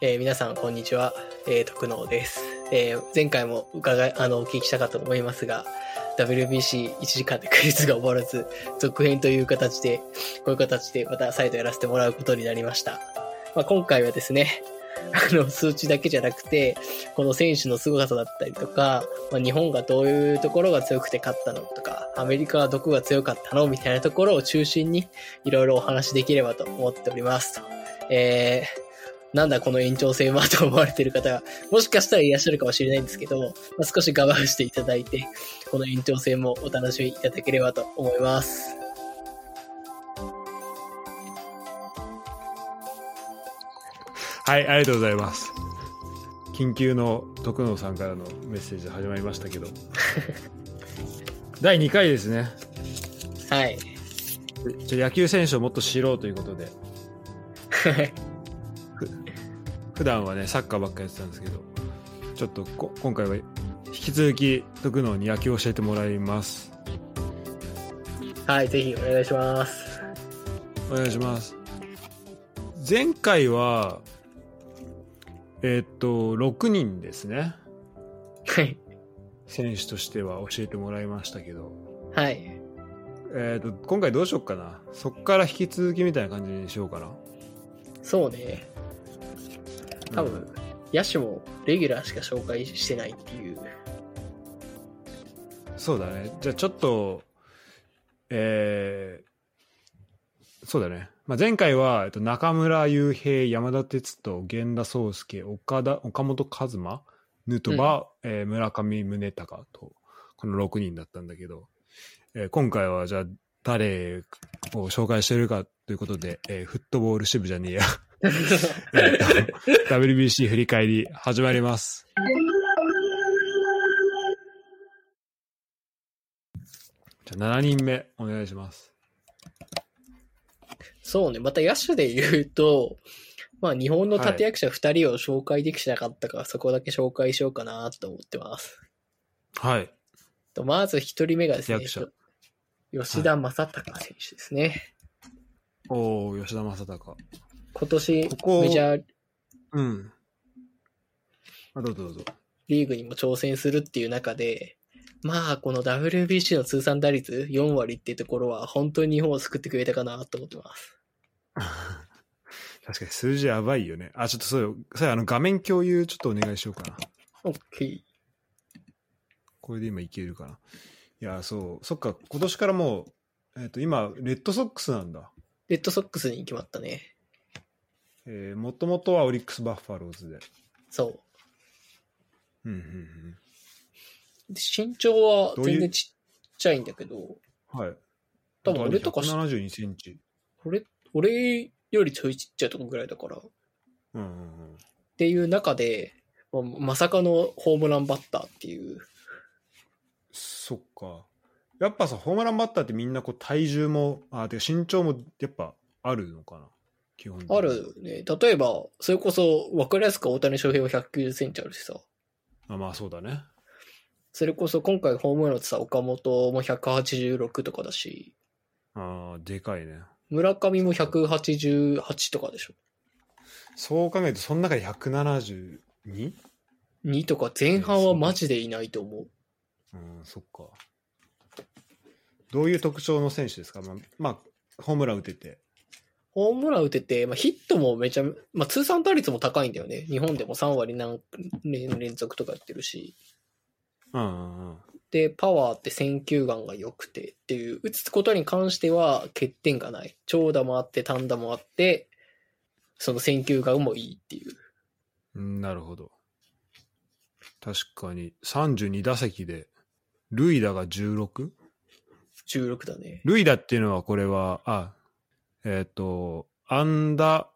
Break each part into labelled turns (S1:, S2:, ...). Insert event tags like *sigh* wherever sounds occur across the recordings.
S1: えー皆さん、こんにちは。えー、徳能です。えー前回も伺い、あの、お聞きしたかと思いますが、WBC1 時間でクイズが終わらず、続編という形で、こういう形でまた再度やらせてもらうことになりました。まあ、今回はですね、あの、数値だけじゃなくて、この選手の凄さだったりとか、まあ、日本がどういうところが強くて勝ったのとか、アメリカはどこが強かったのみたいなところを中心に、いろいろお話しできればと思っておりますと。えーなんだこの延長戦はと思われている方が、もしかしたらいらっしゃるかもしれないんですけども、まあ、少し我慢していただいて、この延長戦もお楽しみいただければと思います。
S2: はい、ありがとうございます。緊急の徳野さんからのメッセージ始まりましたけど。第2回ですね。
S1: はい。 *laughs*
S2: ちょ野球選手をもっと知ろうということで、普段はね、サッカーばっかりやってたんですけど、ちょっとこ今回は引き続き徳野に野球を教えてもらいます。
S1: はい、ぜひお願いします。
S2: お願いします。前回は、えーっと、6人ですね。
S1: はい。
S2: 選手としては教えてもらいましたけど、
S1: はい。
S2: えー、と今回どうしよっかなそっから引き続きみたいな感じにしようかな
S1: そうね。多
S2: う
S1: 分
S2: ん、
S1: 野手もレギュラーしか紹介してないっていう。
S2: そうだねじゃあちょっとえーそうだね、まあ、前回は、えっと、中村悠平山田哲人源田壮亮岡田岡本和真ヌートバー、えー村上宗隆とこの6人だったんだけど、えー今回はじゃあ誰を紹介してるかということで、えーフットボール支部じゃねえやえっと WBC 振り返り始まります。じゃあ7人目お願いします。
S1: そうね。また野手で言うと、まあ日本の立役者2人を紹介できてなかったから、そこだけ紹介しようかなと思ってます。
S2: はい。
S1: とまず1人目がですね、
S2: 立役
S1: 吉田正尚選手ですね。
S2: おお吉田正尚。
S1: 今年
S2: ここ
S1: メジャー
S2: うん。あどうぞどうぞ。
S1: リーグにも挑戦するっていう中で、まあこの WBC の通算打率4割っていうところは本当に日本を救ってくれたかなと思ってます。
S2: *laughs* 確かに数字やばいよね。あ、ちょっとそうよ。それあの画面共有ちょっとお願いしようかな。
S1: OK。
S2: これで今いけるかな。いや、そう。そっか、今年からもう、えっ、と、今、レッドソックスなんだ。
S1: レッドソックスに決まったね。
S2: えー、もともとはオリックス・バッファローズで。
S1: そう。
S2: うんうんうん。
S1: で身長は
S2: どうい
S1: 全
S2: う
S1: 然ちっちゃいんだけど、
S2: はい。
S1: 多分俺とか
S2: 72センチ。
S1: 俺、俺よりちょいちっちゃいとこぐらいだから。っ
S2: うんうんうん。
S1: ていう中で、まあまさかのホームランバッターっていう。
S2: そっか。やっぱさ、ホームランバッターってみんなこう体重も、あ、てか身長もやっぱあるのかな。基本的に
S1: ある。ね。例えば、それこそ、わかりやすく大谷翔平は190センチあるしさ。
S2: あまあそうだね。
S1: それこそ今回ホームラン打ってた岡本も186とかだし、
S2: あーでかいね。
S1: 村上も188とかでしょ。
S2: そう考えると、その中で 172?
S1: 2とか前半はマジでいないと思う。
S2: うん、そっか。どういう特徴の選手ですかまあ、まあ、ホームラン打てて。
S1: ホームラン打てて、まあ、ヒットもめちゃ、まあ、通算打率も高いんだよね。日本でも3割何年連続とかやってるし。
S2: うんうんうん。
S1: で、パワーって選球眼が良くてっていう、打つことに関しては欠点がない。長打もあって単打もあって、その選球眼もいいっていう。
S2: うんなるほど。確かに、32打席で、塁打が 16?
S1: 16だね。
S2: 塁打っていうのはこれは、あ、えっ、と、安打、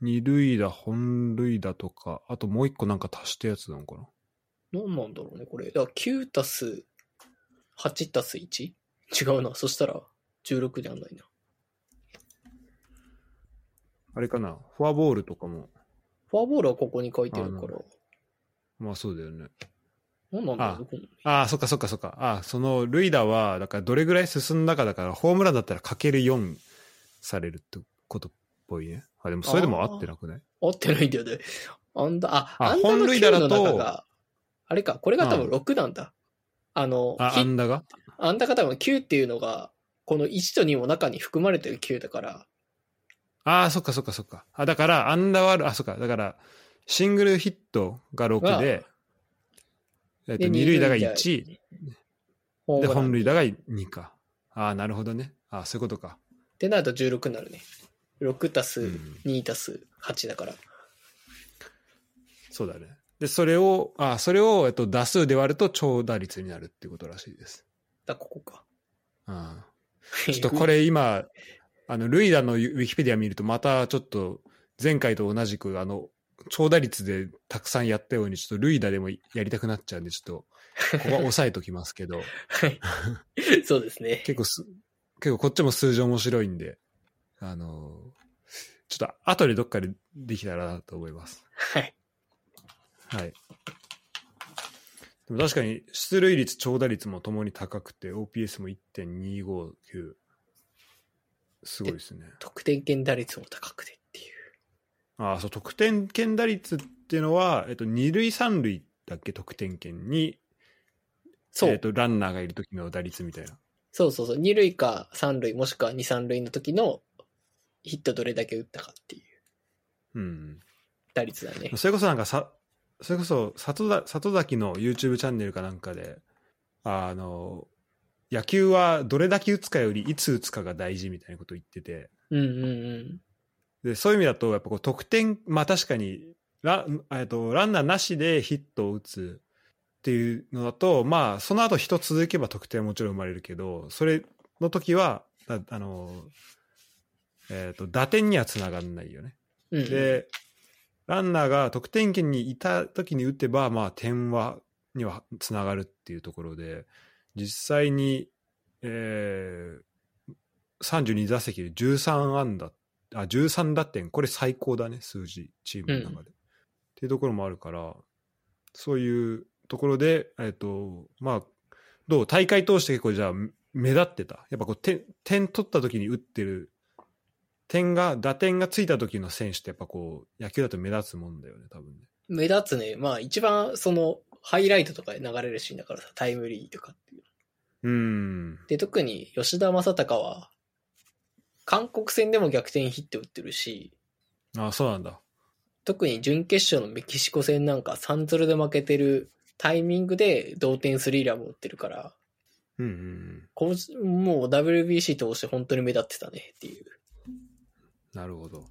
S2: 二塁打、本塁打とか、あともう一個なんか足したやつなのかな
S1: 何なんだろうね、これ。だから9たす8たす 1? 違うな。そしたら16じゃないな。
S2: あれかなフォアボールとかも。
S1: フォアボールはここに書いてるか
S2: あな
S1: ら。
S2: まあそうだよね。
S1: 何なんだろう
S2: あ
S1: ねこの
S2: ああ、そっかそっかそっか。ああ、その塁打は、だからどれぐらい進んだかだから、ホームランだったらかける4されるってことっぽいね。あ、でもそれでも合ってなくない
S1: 合ってないんだよね。アンダー、あ、
S2: あ
S1: アンダーの
S2: 本塁打だ
S1: 9
S2: と
S1: の中が、あれか、これが多分
S2: うん
S1: 6なんだ。あの、
S2: あ、
S1: ヒ
S2: アンダが
S1: アンダーが多分9っていうのが、この1と2も中に含まれてる9だから、
S2: ああ、そっかそっかそっか。あ、だから、アンダーはある、あ、そっか。だから、シングルヒットが6で、えっと、
S1: で
S2: 二塁打が
S1: 二塁打
S2: 1、
S1: ホー
S2: で、
S1: ムラン
S2: 本塁打が2か。ああ、なるほどね。ああ、そういうことか。
S1: ってなると16になるね。6たす
S2: うん
S1: 2たす8だから。
S2: そうだね。で、それを、あ、それを、えっと、打数で割ると長打率になるっていうことらしいです。
S1: だ、ここか。
S2: うん。
S1: ち
S2: ちょっと
S1: *laughs*
S2: こ
S1: れ。
S2: れ今、あの、ルイダのウィキペディア見ると、またちょっと、前回と同じく、あの、長打率でたくさんやったように、ちょっとルイダでもやりたくなっちゃうんで、ちょっと、ここは押さえときますけど、
S1: そうですね。
S2: 結構す、結構こっちも数字面白いんで、あの、ちょっと後でどっかでできたらなと思います。
S1: はい。
S2: はい。でも確かに、出塁率、長打率もともに高くて、OPS も1.259。すごいですね。
S1: 得点圏打率も高くてっていう。
S2: ああ、そう、得点圏打率っていうのは、えっと、二塁三塁だっけ、得点圏に、
S1: そう、
S2: えっと、ランナーがいる時の打率みたいな。
S1: そうそうそう。2塁か3塁もしくは2、3塁の時のヒットどれだけ打ったかっていう
S2: うん。
S1: 打率だね。
S2: それこそなんかさ、それこそ里田、里崎の YouTube チャンネルかなんかで、あの、野球はどれだけ打つかよりいつ打つかが大事みたいなこと言ってて、
S1: うんうん
S2: で、そういう意味だと、やっぱこう得点、まあ確かにラ、えっと、ランナーなしでヒットを打つっていうのだと、まあその後人続けば得点はもちろん生まれるけど、それの時は、だあの、えっ、と、打点にはつながんないよね。
S1: うん。うんうん、
S2: で、ランナーが得点圏にいた時に打てば、まあ点は、にはつながるっていうところで、実際に、えー、32打席で13安打、あ、13打点、これ最高だね、数字、チームの中で。っていうところもあるから、そういうところで、えっ、と、まあ、どう大会通して結構じゃあ、目立ってた。やっぱこう、点、点取った時に打ってる、点が、打点がついた時の選手ってやっぱこう、野球だと目立つもんだよね、多分ね。
S1: 目立つね。まあ一番そのハイライトとかで流れるシーンだからさ、タイムリーとかっていう。
S2: うん。
S1: で、特に吉田正尚は、韓国戦でも逆転ヒット打ってるし、
S2: あそうなんだ。
S1: 特に準決勝のメキシコ戦なんか3ゾ0で負けてるタイミングで同点スリーランも打ってるから、
S2: うんうんうん。
S1: こうもう WBC 通して本当に目立ってたねっていう。
S2: なるほど。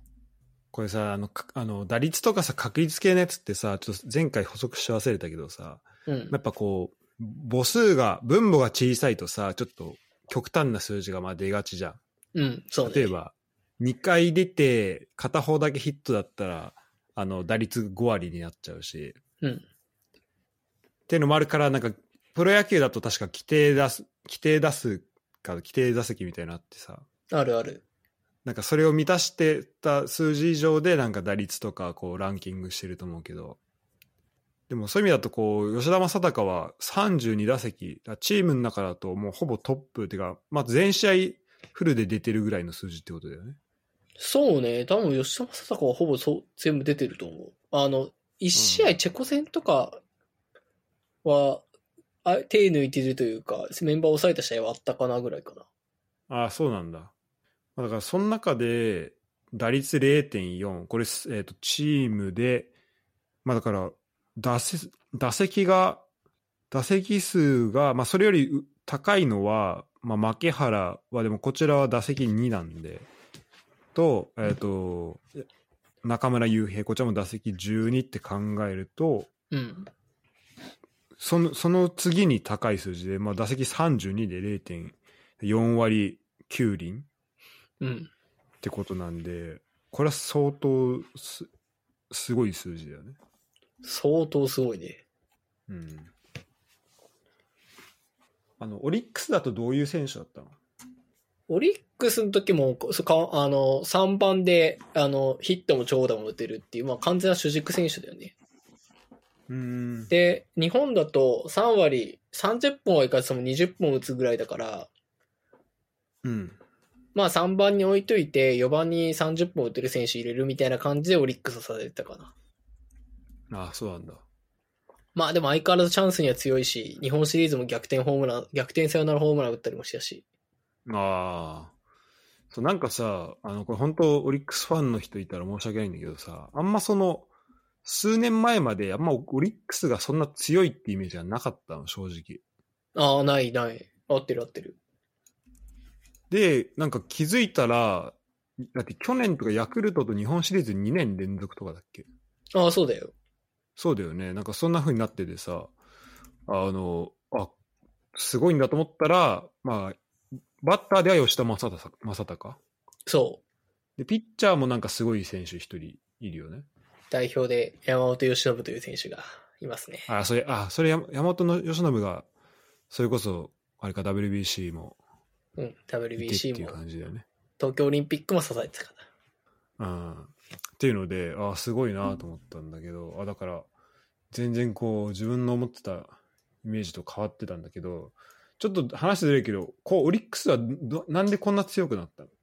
S2: これさ、あの、かあの打率とかさ、確率系のやつってさ、ちょっと前回補足し忘れたけどさ、
S1: うん
S2: や。っぱこう、母数が、分母が小さいとさ、ちょっと極端な数字がまあ出がちじゃん。
S1: うん、そうね。
S2: 例えば、2回出て、片方だけヒットだったら、あの、打率5割になっちゃうし、
S1: うん。
S2: っていうのもあるから、なんか、プロ野球だと確か規定出す、規定出すか、規定打席みたいなのあってさ、
S1: あるある。
S2: なんかそれを満たしてた数字以上で、なんか打率とか、こう、ランキングしてると思うけど、でもそういう意味だと、こう、吉田正尚は32打席、だからチームの中だともうほぼトップっていうか、まあ全試合フルで出てるぐらいの数字ってことだよね。
S1: そうね。多分吉田正尚はほぼそう全部出てると思う。あの、1試合チェコ戦とかは、あ手抜いてるというか、メンバーを抑えた試合はあったかなぐらいかな。
S2: ああ、そうなんだ。まあだから、その中で、打率0.4、これ、すえっ、と、チームで、まあだから、打せ打席が、打席数が、まあそれよりう高いのは、まあ、牧原は、でもこちらは打席2なんで、と、えっ、と、中村悠平、こちらも打席12って考えると、
S1: うん。
S2: その、その次に高い数字で、まあ打席32で0.4割9厘。
S1: うん。
S2: ってことなんで、これは相当すすごい数字だよね。
S1: 相当すごいね。
S2: うん。あの、オリックスだとどういう選手だったの
S1: オリックスの時も、そかあの、3番で、あの、ヒットも長打も打てるっていう、まあ完全な主軸選手だよね。
S2: うん。
S1: で、日本だと3割、30本はいかずとも20本打つぐらいだから、
S2: うん。
S1: まあ3番に置いといて、4番に30本打てる選手入れるみたいな感じでオリックスをさせてたかな。
S2: あそうなんだ。
S1: まあでも相変わらずチャンスには強いし、日本シリーズも逆転ホームラン、逆転サヨナラホームラン打ったりもしたし。
S2: ああ。そう、なんかさ、あの、これ本当オリックスファンの人いたら申し訳ないんだけどさ、あんまその、数年前まであんまオリックスがそんな強いってイメージはなかったの、正直。
S1: ああ、ないない。合ってる合ってる。
S2: で、なんか気づいたら、だって去年とかヤクルトと日本シリーズ2年連続とかだっけ
S1: ああ、そうだよ。
S2: そうだよね。なんかそんな風になっててさ、あの、あ、すごいんだと思ったら、まあ、バッターでは吉田正尚正尚
S1: そ
S2: で、ピッチャーもなんかすごい選手一人いるよね。
S1: う。代表で山本由伸という選手がいますね。
S2: あ、それ、あ、それ山、山本の吉信が、それこそ、あれか WBC も
S1: うん。
S2: いてって
S1: WBC
S2: いう
S1: も、
S2: 感じだよね。
S1: 東京オリンピックも支えてたか
S2: うん。っていうので、あ、すごいなと思ったんだけど、あ、だから、全然こう、自分の思ってたイメージと変わってたんだけど、ちょっと話ずれるけど、こう、オリックスはど、なんでこんな強くなったの
S1: ら。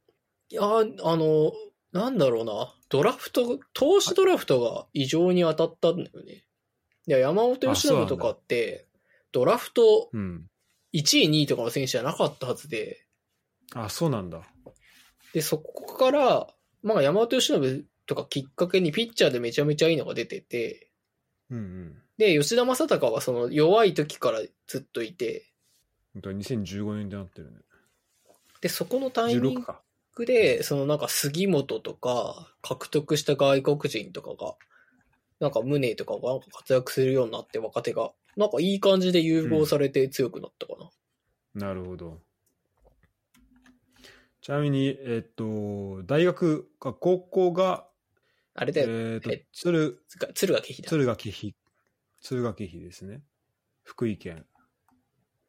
S1: いやあ、あの、なんだろうな。ドラフト、投手ドラフトが異常に当たったんだよね。いや、山本由伸とかって、ドラフト
S2: うん。
S1: 1位、2位とかの選手じゃなかったはずで、
S2: あ、そうなんだ。
S1: で、そこから、まあ、山本由伸とかきっかけにピッチャーでめちゃめちゃいいのが出てて、
S2: うんうん。
S1: で、吉田正尚はその弱い時からずっといて、
S2: ほんと2015年ってなってるね。
S1: で、そこのタイミ
S2: 16
S1: ン
S2: か。
S1: グで、そのなんか杉本とか、獲得した外国人とかが、なんか宗とかがなんか活躍するようになって若手が、なんかいい感じで融合されて強くなったかな。
S2: なるほど。ちなみに、えっと、大学か、高校が、
S1: あれだよ、
S2: えっと
S1: え、
S2: 鶴、
S1: つか敦賀気比だ。
S2: 敦賀気比、敦賀気比ですね。福井県。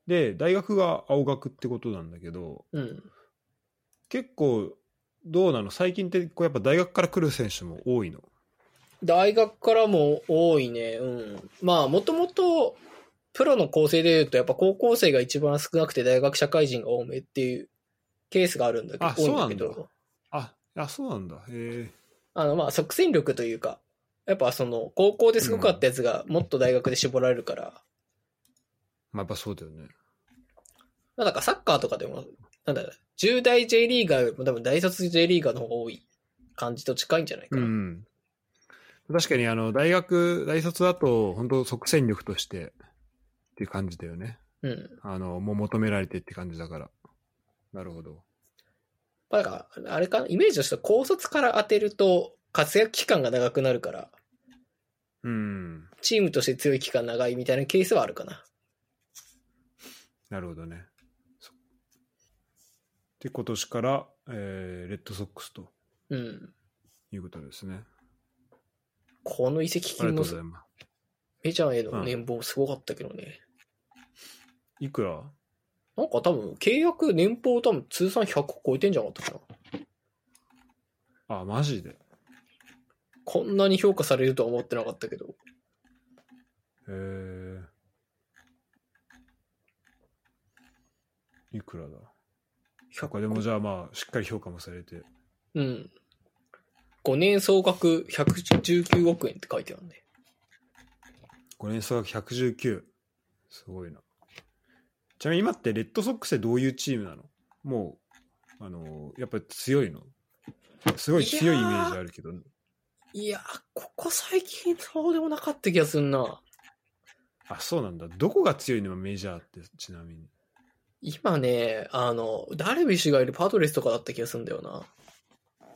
S2: で、大学が青学ってことなんだけど、
S1: うん。
S2: 結構、どうなの最近って、こうやっぱ大学から来る選手も多いの。
S1: 大学からも多いね。うん。まあ、もともと、プロの構成で言うと、やっぱ高校生が一番少なくて大学社会人が多めっていうケースがあるんだけど、
S2: あ
S1: 多いんだけ
S2: そうなん
S1: ど、
S2: あ、あ、そうなんだ。へ
S1: あの、まあ、即戦力というか、やっぱその、高校ですごかったやつがもっと大学で絞られるから、
S2: まあ、やっぱそうだよね。
S1: まあ、なんかサッカーとかでも、なんだろう、10代 J リーガーよりも多分大卒 J リーガーの方が多い感じと近いんじゃないか
S2: う
S1: な。
S2: ん。確かに、あの、大学、大卒だと、本当即戦力として、っていう感じだよね。
S1: うん
S2: あの、もう求められてって感じだから。なるほど。
S1: まあなんか、あれかな、イメージとしては高卒から当てると活躍期間が長くなるから、
S2: うん。
S1: チームとして強い期間長いみたいなケースはあるかな。
S2: なるほどね。そで、今年から、えーレッドソックスと
S1: うん。
S2: いうことですね。
S1: この移籍
S2: あり
S1: 金も
S2: がとうございます。
S1: メジャーへの
S2: うん
S1: 年俸すごかったけどね。
S2: いくら
S1: なんか多分契約年俸多分通算100超えてんじゃなかったかな。
S2: あ、マジで。へ
S1: こんなに評価されるとは思ってなかったけど。
S2: え。いくらだそっか、でもじゃあまあ、しっかり評価もされて。
S1: うん。5年総額119億円って書いてあるね。
S2: 5年総額119。すごいな。ちなみに今ってレッドソックスってどういうチームなのもう、あのーやっぱり強いのすごい強いイメージあるけど、
S1: いやー、ここ最近そうでもなかった気がすんな。
S2: あ、そうなんだ。どこが強いのメジャーって、ちなみに。
S1: 今ね、あの、ダルビッシュがいるパドレスとかだった気がするんだよな。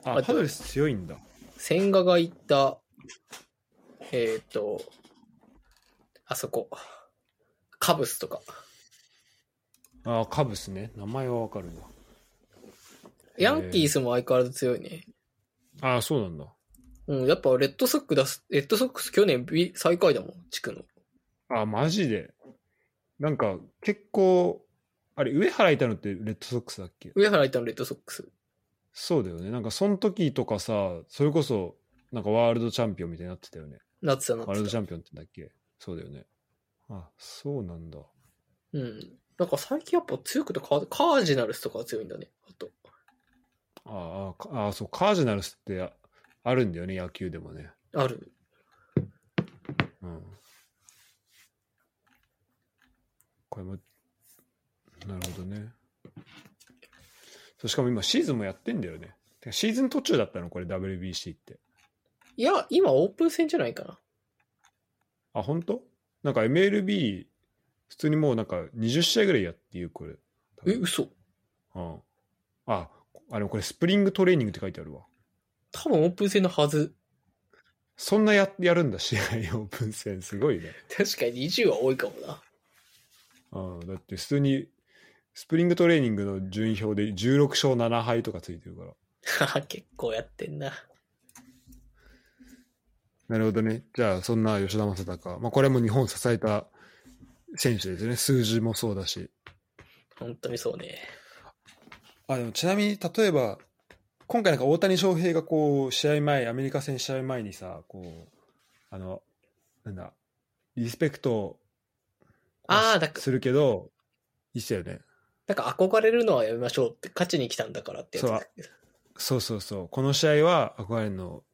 S2: あ、
S1: あ
S2: パドレス強いんだ。
S1: 千賀が行った、えーっ、と、あそこ、カブスとか。
S2: あ、カブスね。名前はわかるわ。
S1: ヤンキースも相変わらず強いね。
S2: あ、そうなんだ。
S1: うん、やっぱレッドソックス出す、レッドソックス去年 B 最下位だもん、地区の。
S2: あ、マジで。なんか、結構、あれ、上原いたのってレッドソックスだっけ
S1: 上原いたのレッドソックス。
S2: そうだよね。なんか、その時とかさ、それこそ、なんかワールドチャンピオンみたいになってたよね。
S1: なってたなっ
S2: ワール
S1: て
S2: ド
S1: た。
S2: チャンピオンってだっけそうだよね。あ、そうなんだ。
S1: うん。なんか最近やっぱ強くてカーカージナルスとかは強いんだね。あと。
S2: ああかあ、そう、カージナルスってああるんだよね、野球でもね。
S1: ある。
S2: これも、なるほどね。そうしかも今シーズンもやってんだよね。てかシーズン途中だったのこれ WBC って。
S1: いや、今オープン戦じゃないかな。
S2: あ、本当なんか MLB、普通にもうなんか20試合ぐらいやっていう、これ。多
S1: え、
S2: 分
S1: 嘘。
S2: うん。あ、あれこれスプリングトレーニングって書いてあるわ。
S1: 多分オープン戦のはず。
S2: そんなややるんだ、試合オープン戦。すごいね。
S1: 確かに20は多いかもな。 *laughs*
S2: うん、だって普通に、スプリングトレーニングの順位表で16勝7敗とかついてるから。
S1: はは結構やってんな。
S2: なるほどね。じゃあ、そんな吉田正尚。まあ、これも日本を支えた選手ですね。数字もそうだし。
S1: 本当にそうね。
S2: あ、でもちなみに、例えば、今回なんか大谷翔平がこう、試合前、アメリカ戦試合前にさ、こう、あの、なんだ、リスペクトを
S1: あーだか
S2: するけど、いいっすよね。
S1: なんか憧れるのはやめましょうって、勝ちに来たんだからってやつだけど。
S2: そうそうそう。この試合は憧れるの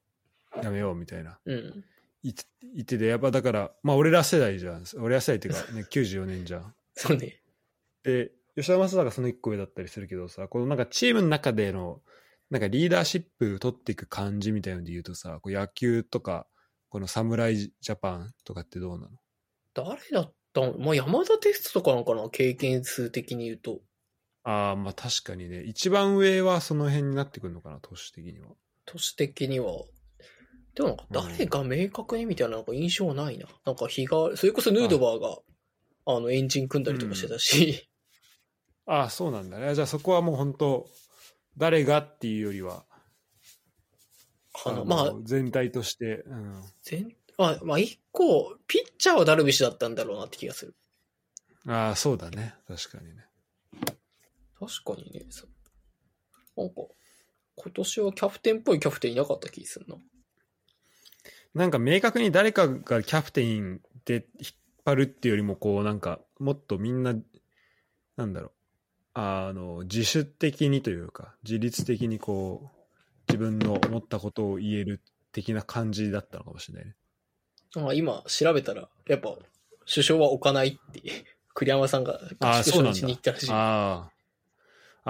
S2: やめようみたいな。
S1: うん。
S2: 言って言ってて、やっぱだから、まあ俺ら世代じゃん。俺ら世代っていうか、ね、94年 *laughs* じゃん。
S1: そうね。
S2: で、吉田正尚その一個上だったりするけどさ、このなんかチームの中での、なんかリーダーシップ取っていく感じみたいので言うとさ、こう野球とか、この侍ジャパンとかってどうなの
S1: 誰だったのまあ、山田テストとかなのかな経験数的に言うと。
S2: ああ、まあ確かにね、一番上はその辺になってくるのかな、投手的には。
S1: 都市的には。でもなんか誰が明確にみたいななんか印象はないな。なんか日が、それこそヌードバーが、あの、エンジン組んだりとかしてたし、
S2: ああ、そうなんだね。じゃあそこはもう本当、誰がっていうよりは、
S1: *laughs* あの、まあ、
S2: 全体として、うん。
S1: 全、あ、まあ一個、ピッチャーはダルビッシュだったんだろうなって気がする。
S2: ああ、そうだね。確かにね。
S1: 確かにね、そうなんか、今年はキャプテンっぽいキャプテンいなかった気するな。
S2: なんか明確に誰かがキャプテンで引っ張るっていうよりも、こうなんか、もっとみんな、なんだろう、あの、自主的にというか、自律的にこう、自分の思ったことを言える的な感じだったのかもしれないね。
S1: あ今調べたら、やっぱ、首相は置かないって、 *laughs* 栗山さんが合宿
S2: そうなんだ
S1: 初日に行ったらしい。
S2: ああ。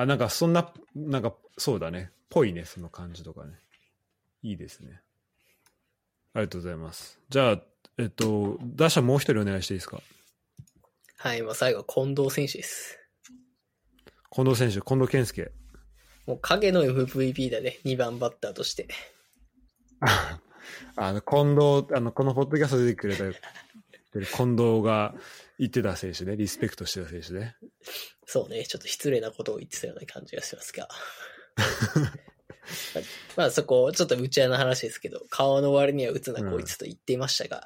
S2: あ、なんかそんな、なんかそうだね。ぽいね、その感じとかね。いいですね。ありがとうございます。じゃあ、えっと、打者もう一人お願いしていいですか。
S1: はい、まあ最後は近藤選手です。
S2: 近藤選手、近藤健介。
S1: もう影の MVP だね、2番バッターとして。
S2: あの、近藤、あの、このポッドキャストで出てくれた、近藤が言ってた選手ね、リスペクトしてた選手ね。
S1: そうね、ちょっと失礼なことを言ってたような感じがしますが。 *laughs* まあそこ、ちょっと打ち合いの話ですけど、顔の割には打つなこいつと言っていましたが、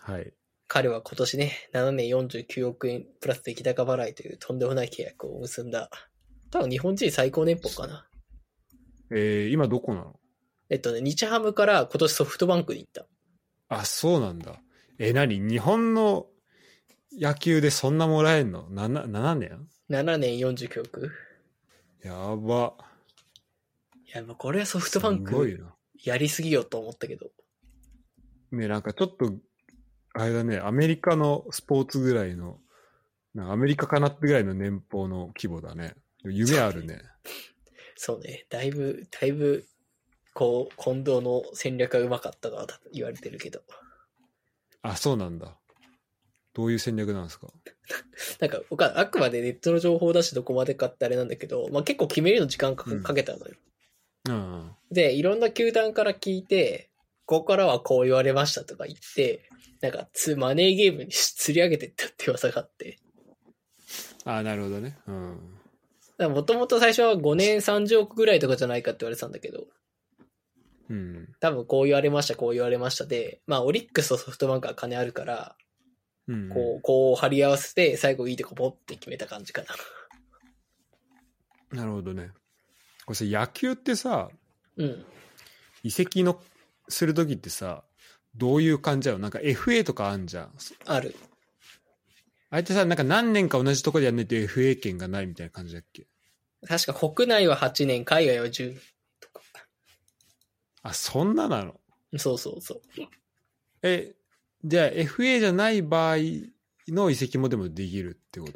S2: はい。
S1: 彼は今年ね、7年49億円プラス出来高払いというとんでもない契約を結んだ、多分日本人最高年俸かな。
S2: えー、今どこなの
S1: えっとね、日ハムから今年ソフトバンクに行った。
S2: あ、そうなんだ。えー、何日本の野球でそんなもらえんの 7, ?7 年
S1: 7年49億。
S2: やば。
S1: いや、もうこれはソフトバン
S2: すごい
S1: ク
S2: な。
S1: やりすぎよと思ったけど、
S2: ね、なんかちょっと、あれだね、アメリカのスポーツぐらいの、なんかアメリカかなってぐらいの年俸の規模だね。夢あるね。
S1: そうね、だいぶ、だいぶ、こう、近藤の戦略がうまかったと言われてるけど、
S2: あ、そうなんだ。どういう戦略なんですか
S1: なんか、僕はあくまでネットの情報だし、どこまでかってあれなんだけど、まあ結構決めるの時間か
S2: うん
S1: かけたのよ。
S2: うん。
S1: で、いろんな球団から聞いて、ここからはこう言われましたとか言って、なんか、つ、マネーゲームに釣り上げてったって噂があって。
S2: あなるほどね。うん。
S1: もともと最初は5年30億ぐらいとかじゃないかって言われてたんだけど、
S2: うん。
S1: 多分こう言われました、こう言われましたで、まあオリックスとソフトバンクは金あるから、
S2: うん、
S1: こう、こう張り合わせて、最後いいとこポって決めた感じかな。
S2: なるほどね。これさ、野球ってさ、
S1: うん。
S2: 移籍の、するときってさ、どういう感じだろうなんか FA とかあんじゃん。そ
S1: ある。
S2: あれってさ、なんか何年か同じとこでやんないと FA 権がないみたいな感じだっけ
S1: 確か国内は8年、海外は10年とか。
S2: あ、そんななの
S1: そうそうそう。
S2: え、じゃあ FA じゃない場合の移籍もでもできるってこ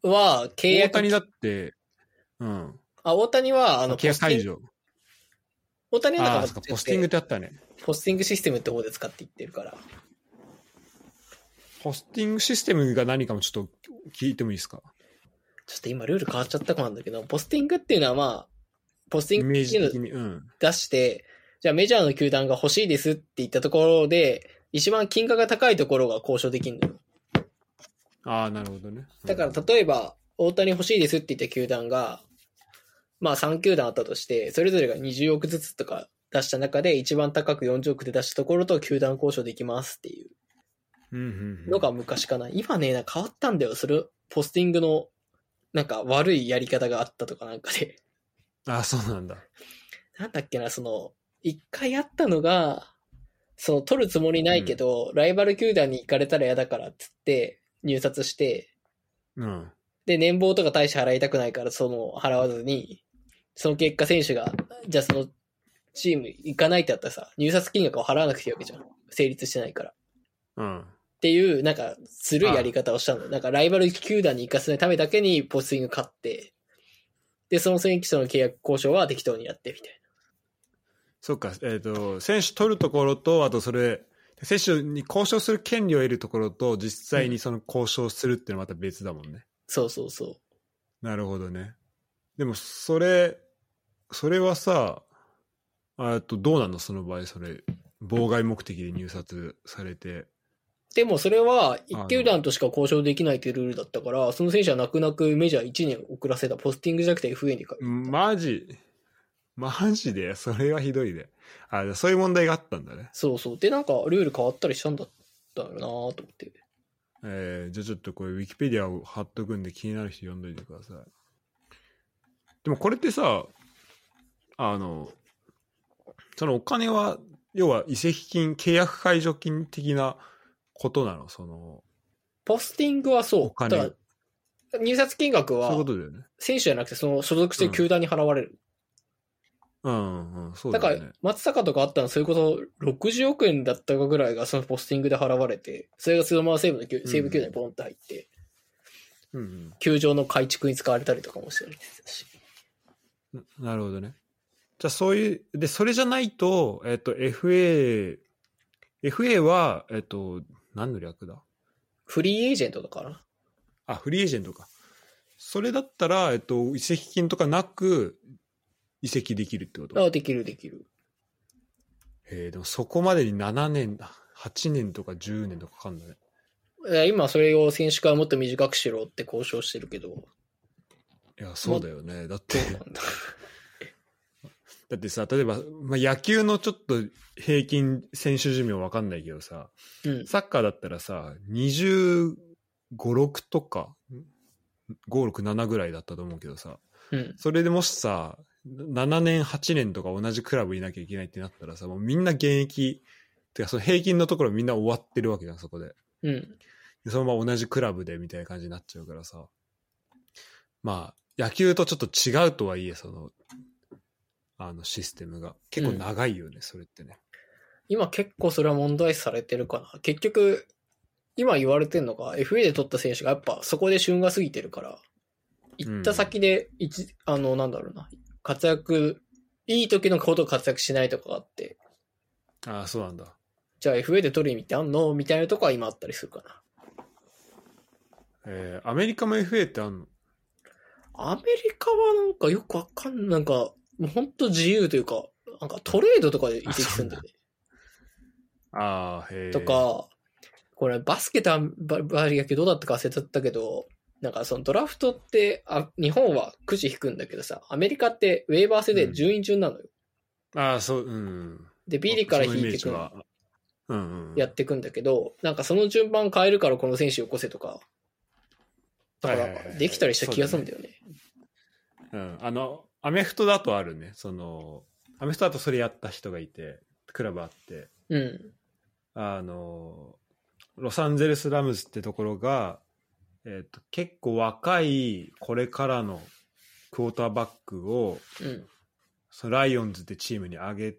S2: と。
S1: は、契
S2: 大
S1: 約、
S2: 谷だって、うん。
S1: あ、大谷は、あの、
S2: 契約解除。
S1: ポスティング、大谷はだ
S2: あ
S1: か
S2: あ、
S1: ら
S2: そっか、ポスティングってあったね。
S1: ポスティングシステムって方で使って言ってるから。
S2: ポスティングシステムが何かもちょっと聞いてもいいですか
S1: ちょっと今ルール変わっちゃったかなんだけど、ポスティングっていうのはまあ、ポステ
S2: イ
S1: ィング
S2: メー
S1: って
S2: ジ
S1: いう
S2: 的
S1: の
S2: に。うん。
S1: 出して、じゃあメジャーの球団が欲しいですって言ったところで、一番金額が高いところが交渉できるのよ。
S2: ああ、なるほどね。うん
S1: だから例えば、大谷欲しいですって言った球団が、まあ3球団あったとして、それぞれが20億ずつとか出した中で、一番高く40億で出したところと球団交渉できますっていう
S2: うんうんうん
S1: のが昔かな。今ね、なんか変わったんだよ。それ、ポスティングの、なんか悪いやり方があったとかなんかで。
S2: ああ、そうなんだ。
S1: なんだっけな、その、一回あったのが、その、取るつもりないけど、ライバル球団に行かれたら嫌だからっつって、入札して、
S2: うん。
S1: で、年俸とか大して払いたくないから、その、払わずに、その結果選手が、じゃあその、チーム行かないってあったらさ、入札金額を払わなくていいわけじゃん。成立してないから。っ
S2: うん。
S1: ていう、なんか、ずるいやり方をしたの。なんか、ライバル球団に行かせないためだけに、ポスティング買って、で、その選手との契約交渉は適当にやって、みたいな。
S2: そっか、えっ、と、選手取るところと、あとそれ、選手に交渉する権利を得るところと、実際にその交渉するっていうのはまた別だもんね。
S1: そうそうそう。
S2: なるほどね。でも、それ、それはさ、あとどうなのその場合、それ、妨害目的で入札されて。
S1: でもそれは、一球団としか交渉できないというルールだったから、その選手は泣く泣くメジャー1年遅らせた、ポスティングじゃなくて FA に変える。
S2: マジマジでそれはひどいで。あ、じゃあそういう問題があったんだね。
S1: そうそう。で、なんか、ルール変わったりしたんだったよなと思って。
S2: えーじゃあちょっとこれウィキペディアを貼っとくんで気になる人読んどいてください。でもこれってさ、あの、そのお金は、要は移籍金、契約解除金的なことなのその、
S1: ポスティングはそう。
S2: お金
S1: だから入札金額
S2: そういう
S1: は
S2: こ、とだよね。
S1: 選手じゃなくて、その所属してる球団に払われる。
S2: うんうん、そう
S1: だ
S2: だ
S1: か
S2: よ
S1: ら
S2: ね。、
S1: 松坂とかあったの、それこそ60億円だったかぐらいがそのポスティングで払われて、それがそのまま西武の球、
S2: うん
S1: 西武球団にボンって入って、
S2: うん
S1: 球場の改築に使われたりとかもしてるし。
S2: うん、ななるほどね。じゃあそういう、で、それじゃないと、えっと、FA、FA は、えっと、何の略だ
S1: フリーエージェントだから。
S2: あ、フリーエージェントか。それだったら、えっと、移籍金とかなく、移籍できるってことへ
S1: あ、できるできる。
S2: えでもそこまでに7年、8年とか10年とかかかんだね。
S1: え今それを選手からもっと短くしろって交渉してるけど。ど
S2: いや、そうだよね。
S1: *laughs*
S2: だって
S1: う、なんだ
S2: *laughs* だってさ、例えば、まあ、野球のちょっと平均選手寿命わかんないけどさ、
S1: うん。
S2: サッカーだったらさ、25、6とか、5、6、7ぐらいだったと思うけどさ、
S1: うん。
S2: それでもしさ、7年、8年とか同じクラブいなきゃいけないってなったらさ、もうみんな現役、てかその平均のところみんな終わってるわけじゃん、そこで。
S1: うん。
S2: でそのまま同じクラブでみたいな感じになっちゃうからさ。まあ、野球とちょっと違うとはいえ、その、あのシステムが。結構長いよね、それってね。
S1: 今結構それは問題視されてるかな。結局、今言われてんのが、FA で取った選手がやっぱそこで旬が過ぎてるから、行った先で、一、あの、なんだろうな、活躍、いい時のこと活躍しないとかがあって、
S2: ああ、そうなんだ。
S1: じゃあ FA で取る意味ってあんのみたいなとこは今あったりするかな。
S2: えーアメリカも FA ってあんの
S1: アメリカはなんかよくわかんなんか、もうほんと自由というか、なんかトレードとかで移籍するんだよね。
S2: ああ、へえ。
S1: と。か、これバスケとババリ野球どうだったか忘れちゃったけど、なんかそのドラフトって、あ日本はくじ引くんだけどさ、アメリカってウェーバー制で順位順なのよ。
S2: ああ、そう、うん。
S1: で、ビリから
S2: その
S1: 引
S2: イ
S1: いて
S2: メー
S1: い
S2: ジ
S1: く
S2: はうんうん。
S1: やっていくんだけど、なんかその順番変えるからこの選手よこせとか、だか
S2: はいはいは
S1: ら
S2: い
S1: できたりした気がするんだよね。
S2: うん、あの、アメフトだとあるね。その、アメフトだとそれやった人がいて、クラブあって、
S1: うん。
S2: あの、ロサンゼルス・ラムズってところが、えっ、と、結構若い、これからのクォーターバックを、
S1: うん。
S2: そのライオンズってチームに上げ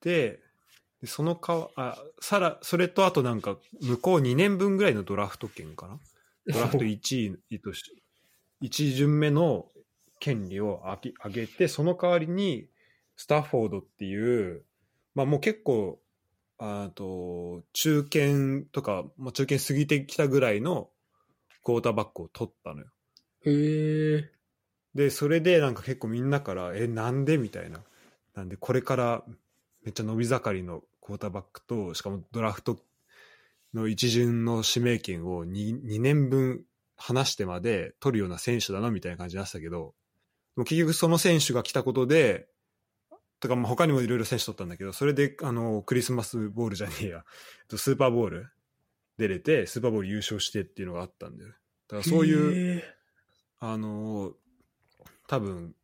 S2: て、でそのかあさらそれとあとなんか向こう2年分ぐらいのドラフト権かなドラフト1位とし、1巡目の権利をあき上げて、その代わりに、スタッフォードっていう、まあもう結構、あと、中堅とか、まあ、中堅過ぎてきたぐらいのクォーターバックを取ったのよ。
S1: へえ。
S2: で、それでなんか結構みんなから、え、なんでみたいな。なんで、これからめっちゃ伸び盛りのクォーターバックと、しかもドラフトの一巡の指名権を 2, 2年分離してまで取るような選手だなみたいな感じでしたけど、でも結局その選手が来たことで、とかまあ他にもいろいろ選手取ったんだけど、それであのクリスマスボールじゃねえや、えっとスーパーボール出れて、スーパーボール優勝してっていうのがあったんだよね。だからそういう、
S1: う。
S2: あのー多分だか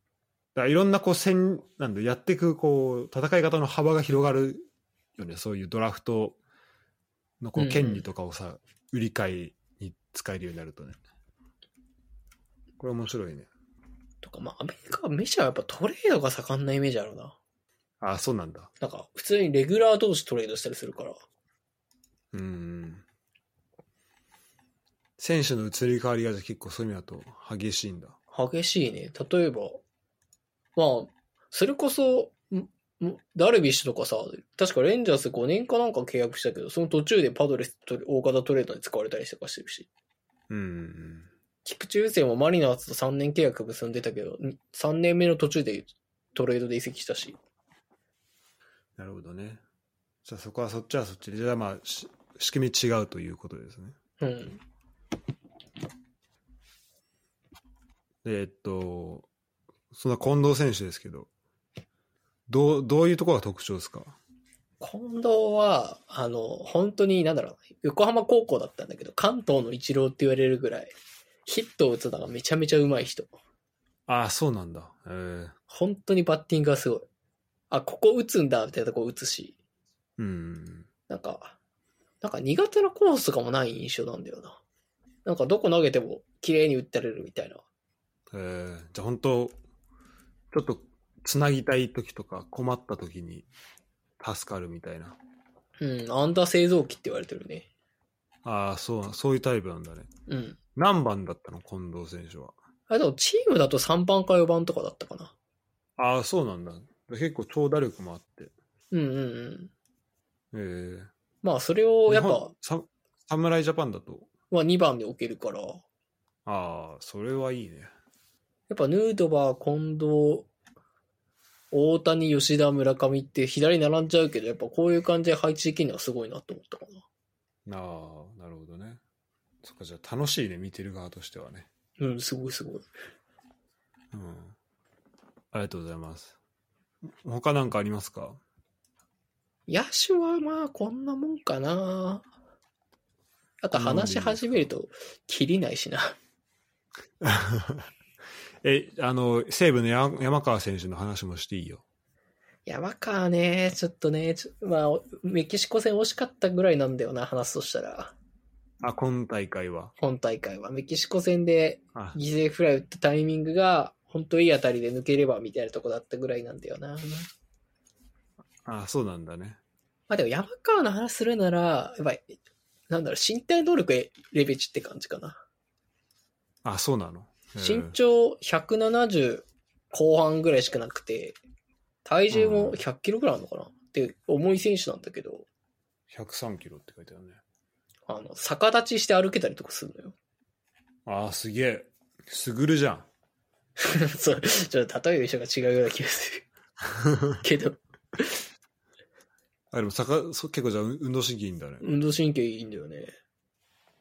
S2: らいろんなこう戦なんだやっていくこう戦い方の幅が広がるよねそういうドラフトのこ
S1: うん
S2: う
S1: うん
S2: 権利とかをさ、売り買いに使えるようになるとねこれ面白いね
S1: とか、まあ、アメリカはメジャーはやっぱトレードが盛んなイメージあるな。
S2: あそうなんだ
S1: なんか、普通にレギュラー同士トレードしたりするから。
S2: うん選手の移り変わりがじゃあ結構そういう意味だと激しいんだ
S1: 激しいね。例えば、まあ、それこそ、んんダルビッシュとかさ、確かレンジャーズ5年かなんか契約したけど、その途中でパドレスと大型トレードに使われたりとかしてるし。
S2: うんうん
S1: 菊池雄星もマリナーズと3年契約結んでたけど、に3年目の途中でトレードで移籍したし。
S2: なるほどねじゃあそこはそっちはそっちでじゃあまあし仕組み違うということですね
S1: うん。
S2: でえっと、そんな近藤選手ですけど、どう、どういうところが特徴ですか
S1: 近藤は、あの、本当に、なんだろうな、横浜高校だったんだけど、関東の一郎って言われるぐらい、ヒットを打つのがめちゃめちゃ上手い人。
S2: ああ、そうなんだ。えー、
S1: 本当にバッティングがすごい。あ、ここ打つんだ、みたいなとこ打つし、
S2: うん。
S1: なんか、なんか苦手なコースとかもない印象なんだよな。なんかどこ投げても綺麗に打ってられるみたいな。
S2: えー、じゃあ本当、ちょっと、つなぎたい時とか、困った時に、助かるみたいな。
S1: うん、アンダー製造機って言われてるね。
S2: ああ、そう、そういうタイプなんだね。
S1: うん。
S2: 何番だったの近藤選手は。
S1: あ、でもチームだと3番か4番とかだったかな。
S2: ああ、そうなんだ。結構長打力もあって。
S1: うんうんうん。
S2: えー、
S1: まあそれをやっ
S2: 日
S1: ぱ
S2: 本、さ、侍ジャパンだと。
S1: まあ、2番で置けるから、や
S2: ああ、それはいいね。
S1: っぱヌードバー、近藤、大谷、吉田、村上って左並んじゃうけど、やっぱこういう感じで配置的にはすごいなと思ったかな。
S2: ああ、なるほどね。そっか、じゃあ楽しいね、見てる側としてはね。
S1: うん、すごいすごい。
S2: うん。ありがとうございます。他なんかありますか
S1: 野手はまあこんなもんかな。あと話し始めると、切りないしな。
S2: *laughs* え、あの、西武のや山川選手の話もしていいよ。
S1: 山川ね、ちょっとね、ちょまあ、メキシコ戦惜しかったぐらいなんだよな、話すとしたら。
S2: あ、今大会は。
S1: 本大会は。メキシコ戦で
S2: あ
S1: 犠牲フライ打ったタイミングが、本当いい当たりで抜ければみたいなとこだったぐらいなんだよな。
S2: あ、そうなんだね。
S1: まあでも山川の話するなら、やっぱり、なんだろう、身体能力レベチって感じかな。
S2: あ、そうなの。へー
S1: 身長170後半ぐらいしかなくて、体重も100キロぐらいあるのかな、って重い選手なんだけど、
S2: 103キロって書いてあるね。
S1: あの、逆立ちして歩けたりとかするのよ。 *laughs*
S2: あ、すげえ。すぐるじゃん。
S1: そう、ちょっと例える人が違うような気がする。けど、
S2: あ、でもさかそう結構じゃあ運動神経いいんだね。
S1: 運動神経いいんだよね。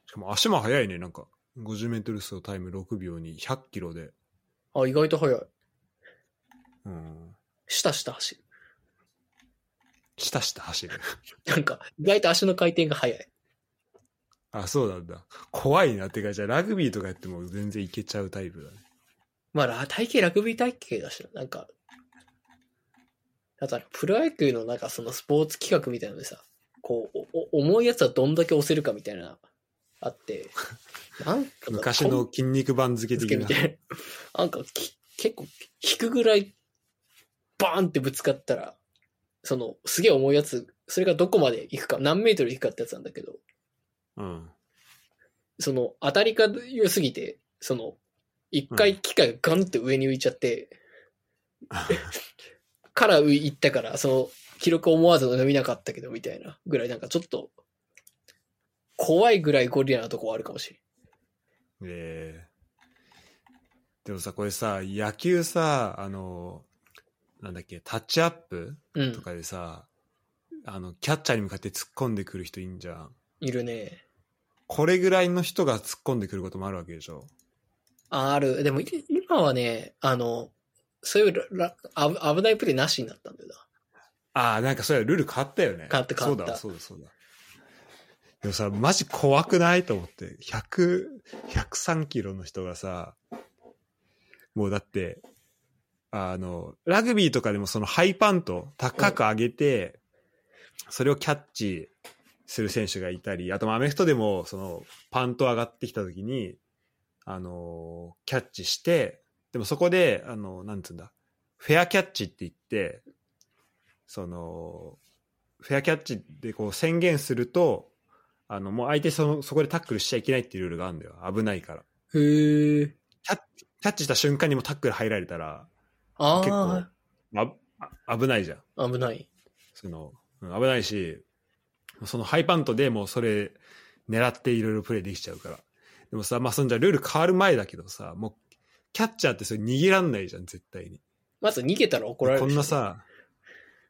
S2: しかも足も速いね、なんか。50メートル走タイム6秒に100キロで。
S1: あ、意外と速い。
S2: うん。
S1: 下下走る。
S2: したした走る。
S1: なんか、意外と足の回転が速い。
S2: あ、そうなんだ。怖いなってか、じゃあラグビーとかやっても全然いけちゃうタイプだね。
S1: まあ、ラ体型、ラグビー体型だしな、なんか、あとあのプロ野球のなんかそのスポーツ企画みたいなのでさ、こう、おお重いやつはどんだけ押せるかみたいな、あ *laughs* って、なんか、
S2: 昔の筋肉番付
S1: 付け
S2: 的
S1: み
S2: な
S1: た。い *laughs* な。なんかき、結構、引くぐらい、バーンってぶつかったら、その、すげえ重いやつそれがどこまで行くか、何メートル行くかってやつなんだけど、
S2: うん。そ
S1: その当たりが良すぎて、その、一回機械がガンって上に浮いちゃって、から浮いったから、その、記録思わず伸びなかったけど、みたいなぐらい、なんかちょっと、怖いぐらいゴリラなとこはあるかもしれん。
S2: *laughs* えーでもさ、これさ、野球さ、あの、なんだっけ、タッチアップ
S1: うん
S2: と。かでさ、あの、キャッチャーに向かって突っ込んでくる人いんじゃん。
S1: いるね。
S2: これぐらいの人が突っ込んでくることもあるわけでしょ。
S1: あある。でも、い今はね、あの、そういうらら危危ないプレーなしになったんだよな。
S2: ああ、なんかそうや、ルール変わったよね。
S1: 変わった変わった
S2: そうだ、そうだ、そうだ。でもさ、マジ怖くないと思って。100、103キロの人がさ、もうだって、あの、ラグビーとかでもそのハイパント、高く上げて、それをキャッチする選手がいたり、あとまあアメフトでも、その、パント上がってきた時に、あの、キャッチして、でもそこで、あの、なんつうんだ、フェアキャッチって言って、その、フェアキャッチでこう宣言すると、あの、もう相手その、そこでタックルしちゃいけないっていうルールがあるんだよ。危ないから。
S1: へえ。
S2: キャッチした瞬間にもうタックル入られたら、結構
S1: あ、
S2: ああ危ないじゃん。
S1: あ、危ない。
S2: その、うん危ないし、そのハイパントでもうそれ狙っていろいろプレイできちゃうから。でもさ、まあそんじゃルール変わる前だけどさ、もう、キャッチャーってそれ逃げらんないじゃん、絶対に。
S1: まず逃げたら怒られる。
S2: こんな。さ、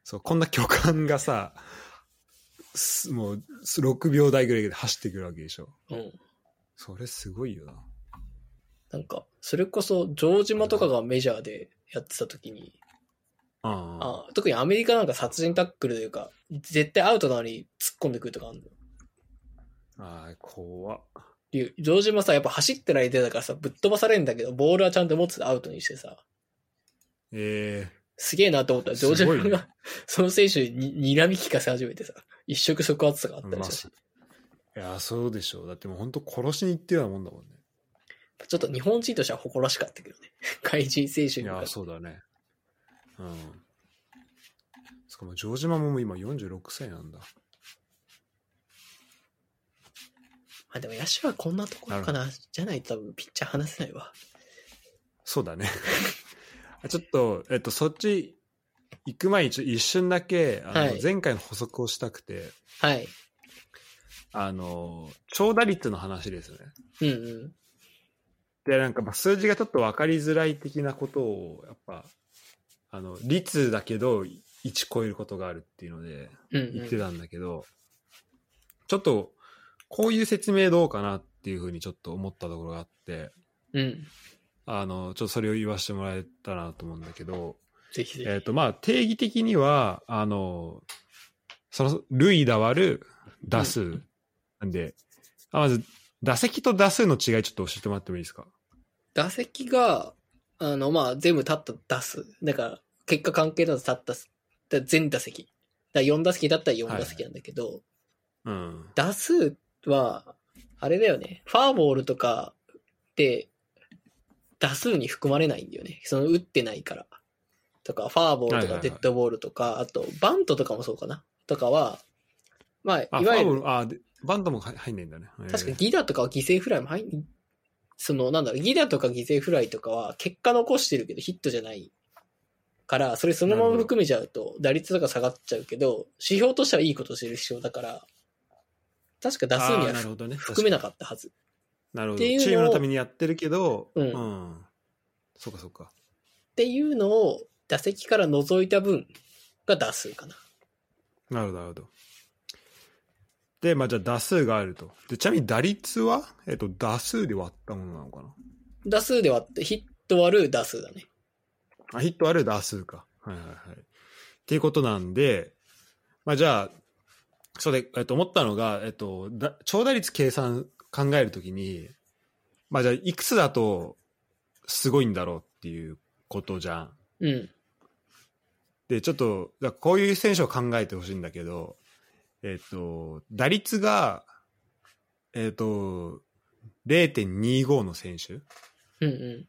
S2: そう、こんな巨漢がさ、すもうす6秒台ぐらいで走ってくるわけでしょ。
S1: うん。
S2: それすごいよな。
S1: なんか、それこそ、城島とかがメジャーでやってた時に、
S2: あ
S1: あ特にアメリカなんか殺人タックルというか、絶対アウトなのに突っ込んでくるとかあるのよ
S2: あー、怖っ。
S1: りゅ。城島さ、やっぱ走ってない手だからさ、ぶっ飛ばされるんだけど、ボールはちゃんと持つアウトにしてさ、
S2: え
S1: すげえなと思ったら、城島
S2: すごいね
S1: が、 *laughs* その選手に睨み聞かせ始めてさ、一触即発とかあった
S2: え
S1: り
S2: ま
S1: し
S2: あ、
S1: たし
S2: そいや、そうでしょう。だってもう本当殺しに行ってるようなもんだもんね。
S1: ちょっと日本人としては誇らしかったけどね。 *laughs* 怪人選手
S2: い
S1: に
S2: や、
S1: う。
S2: そうだね。うん。しかも、城島ももう今46歳なんだ。
S1: あ、でも野手はこんなところかな。じゃないと多分ピッチャー話せないわ。
S2: そう
S1: *laughs*
S2: だね。あちょっと、えっと、そっち行く前にちょ一瞬だけ、あの、
S1: はい
S2: 前回の補足をしたくて、
S1: はい。
S2: あの、長打率の話ですよね。
S1: うんうん。
S2: で、なんか、まあ数字がちょっと分かりづらい的なことを、やっぱ、あの、率だけど、1超えることがあるっていうので、
S1: うん、う
S2: 言って
S1: ん。
S2: たんだけど、ちょっと、こういう説明どうかなっていうふうにちょっと思ったところがあって、
S1: うん。
S2: あの、ちょっとそれを言わせてもらえたらなと思うんだけど、
S1: ぜひぜひ。
S2: えっ、と、まあ、定義的には、あの、その、類だ割る打数なんで、あまず、打席と打数の違いちょっと教えてもらってもいいですか
S1: 打席が、あの、まあ、全部立った出す。だから、結果関係なく立ったす、だ全打席。だ4打席だったら4打席なんだけど、
S2: うん。
S1: 打数は、あれだよね。ファーボールとかで、打数に含まれないんだよね。その打ってないから。とか、ファーボールと
S2: はいはいは
S1: か、
S2: い
S1: デッドボールとか、あと、バントとかもそうかな。とかは、まあ、
S2: あ、
S1: い
S2: フ
S1: わ
S2: ァ
S1: ゆ
S2: ウボー
S1: る、
S2: ル、あ、でバントも入入んないんだね。
S1: 確か
S2: えー
S1: ギダとかは犠牲フライも入ん、その、なんだろう、ギダとか犠牲フライとかは、結果残してるけどヒットじゃないから、それそのまま含めちゃうと、打率とか下がっちゃうけど、指標としてはいいことしてる指標だから、確か打数に
S2: あー
S1: は
S2: なるほどね。
S1: 含めな
S2: 確
S1: かったはず。
S2: かになるほ
S1: っ
S2: ど。
S1: ていうのを
S2: チームのためにやってるけど、
S1: うん
S2: うん、そうかそうか。
S1: っていうのを打席から除いた分が打数かな。
S2: なるほど、なるほど。で、まあ、じゃあ打数があると。で、ちなみに打率は、えっと、打数で割ったものなのかな
S1: 打数で割って、ヒット割る打数だね。
S2: あ、ヒットある打数か。はいはいはい。っていうことなんで、まあじゃあ、それ、えっと、思ったのが、えっと、だ長打率計算考えるときに、まあじゃあ、いくつだとすごいんだろうっていうことじゃん。
S1: うん。
S2: で、ちょっと、だこういう選手を考えてほしいんだけど、えっと、打率が、えっと、0.25の選手
S1: うん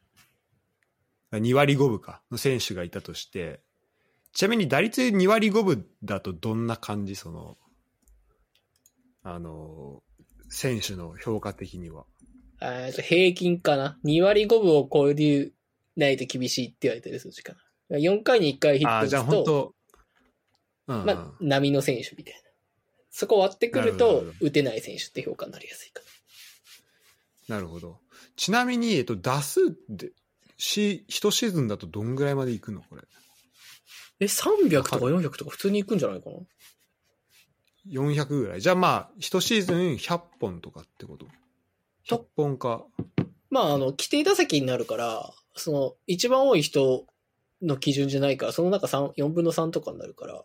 S1: うん。
S2: 2割5分か、の選手がいたとして、ちなみに打率2割5分だとどんな感じその、あの、選手の評価的には。
S1: えーと平均かな。2割5分を超えないと厳しいって言われてる数字かな。4回に1回ヒッ
S2: あ
S1: ト
S2: あ、
S1: 打
S2: じゃあ
S1: つ
S2: 本
S1: と、
S2: 当、うんうん、
S1: まあ、波の選手みたいな。そこ割ってくる
S2: なるほ
S1: と
S2: どなる、
S1: 打てない選手って評価になりやすいか
S2: なるほど。ちなみに、えっと、打数で、し、一シーズンだとどんぐらいまでいくのこれ。
S1: え、300とか400とか普通に行くんじゃないかな
S2: 400ぐらい。じゃあまあ、一シーズン100本とかってこと。100本か。
S1: まあ、あの、規定打席になるから、その、一番多い人の基準じゃないから、その中3、4分の3とかになるから、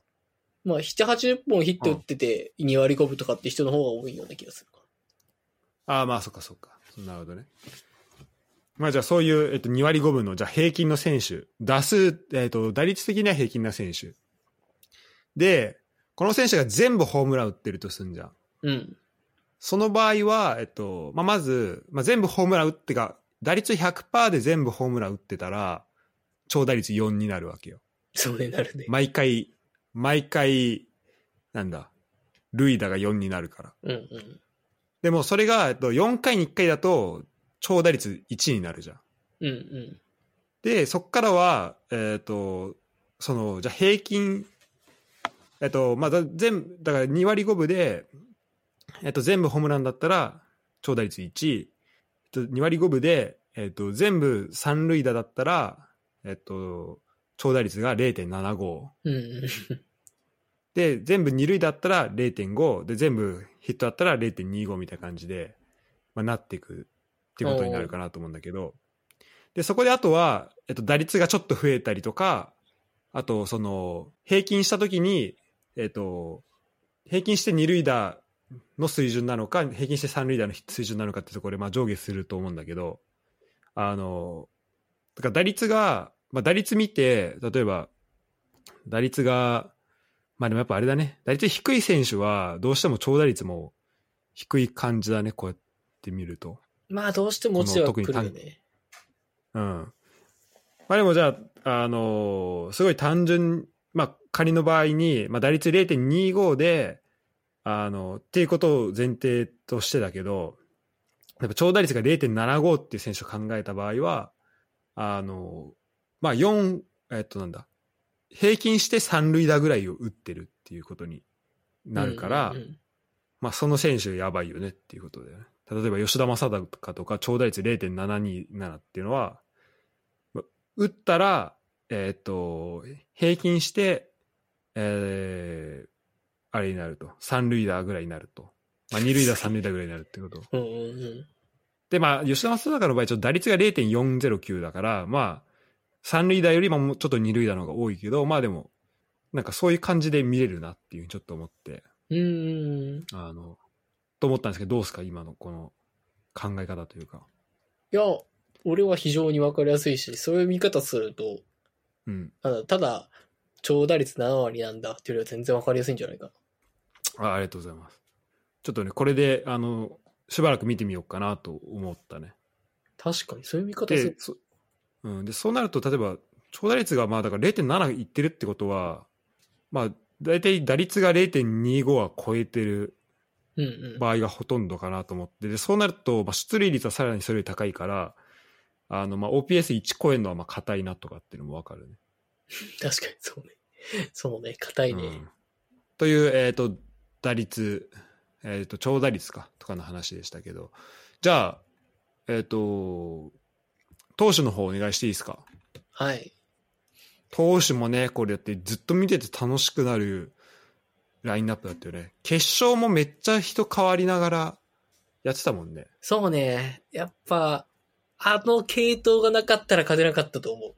S1: まあ、7、80本ヒット打ってて、2割5分とかって人の方が多いような気がするか
S2: ああ、まあ、そっかそっか。なるほどね。まあ、じゃあそういう、えっと、2割5分の、じゃあ平均の選手。打数、えっと、打率的には平均な選手。で、この選手が全部ホームラン打ってるとすんじゃん。
S1: な。うん。
S2: その場合は、えっと、まあ、まず、まあ、全部ホームラン打ってか、打率100%で全部ホームラン打ってたら、超打率4になるわけよ。
S1: *laughs* そうね、なるね。
S2: 毎回、毎回、なんだ、塁打が4になるから。
S1: うんうん。
S2: でもそれが、えっと、4回に1回だと、超打率1になるじゃん。
S1: うんうん。
S2: で、そっからは、えっ、と、その、じゃあ平均、えっ、と、まあ、だ全部、だから2割5分で、えっ、と、全部ホームランだったら、長打率1、えっと、2割5分で、えっ、と、全部三塁打だったら、えっ、と、長打率が0.75。
S1: うんうん。
S2: で、全部二塁だったら0.5、で、全部ヒットだったら0.25みたいな感じで、まあ、なっていくっていうことになるかなと思うんだけど、で、そこであとは、えっと、打率がちょっと増えたりとか、あと、その、平均したときに、えっと、平均して二塁打の水準なのか、平均して三塁打の水準なのかってところで、まあ、上下すると思うんだけど、あの、だから打率が、まあ、打率見て、例えば、打率が、まあでもやっぱあれだね。打率低い選手は、どうしても長打率も低い感じだね、こうやって見ると。
S1: まあ、どうしても落ちてはくるよ
S2: この特
S1: ね。
S2: うん。まあでもじゃあ、あのーすごい単純、まあ仮の場合に、まあ打率0.25で、あの、っていうことを前提としてだけど、やっぱ長打率が0.75っていう選手を考えた場合は、あの、まあ4、えっとなんだ、平均して三塁打ぐらいを打ってるっていうことになるから、
S1: うんうんうん
S2: まあ、その選手やばいよねっていうことだよね。例えば吉田正尚とか長打率0.727っていうのは、ま打ったら、えーっと、平均して、えーあれになると。三塁打ぐらいになると。まあ、二塁打、三塁打ぐらいになるってこと。
S1: うんうんうん。
S2: で、まあ、吉田正尚の場合、ちょっと打率が0.409だから、まあ、三塁打よりももうちょっと二塁打の方が多いけど、まあでも、なんかそういう感じで見れるなっていうふうにちょっと思って。
S1: うんうんうん。
S2: あの、と思ったんですけど、どうですか今のこの考え方というか。
S1: いや、俺は非常にわかりやすいし、そういう見方すると、
S2: うん。
S1: ただ、ただ長打率7割なんだっていうよりは全然わかりやすいんじゃないかな。
S2: あありがとうございます。ちょっとね、これで、あの、しばらく見てみようかなと思ったね。
S1: 確かに、そういう見方す
S2: で
S1: る。、
S2: そうん、でそうなると、例えば、長打率が、まあ、だから0.7いってるってことは、まあ、大体打率が0.25は超えてる
S1: うんうん。
S2: 場合がほとんどかなと思って、で、そうなると、まあ、出塁率はさらにそれより高いから、あの、まあ、OPS1 超えるのは、まあ、硬いなとかっていうのもわかるね。
S1: 確かに、そうね。 *laughs* そうね、硬いね。
S2: うんという、えっ、と、打率、えっ、と、長打率か、とかの話でしたけど、じゃあ、えっ、と、投手の方お願いしていいですか
S1: はい。
S2: 投手もね、これやってずっと見てて楽しくなるラインナップだったよね。決勝もめっちゃ人変わりながらやってたもんね。
S1: そうね、やっぱ、あの系統がなかったら勝てなかったと思う。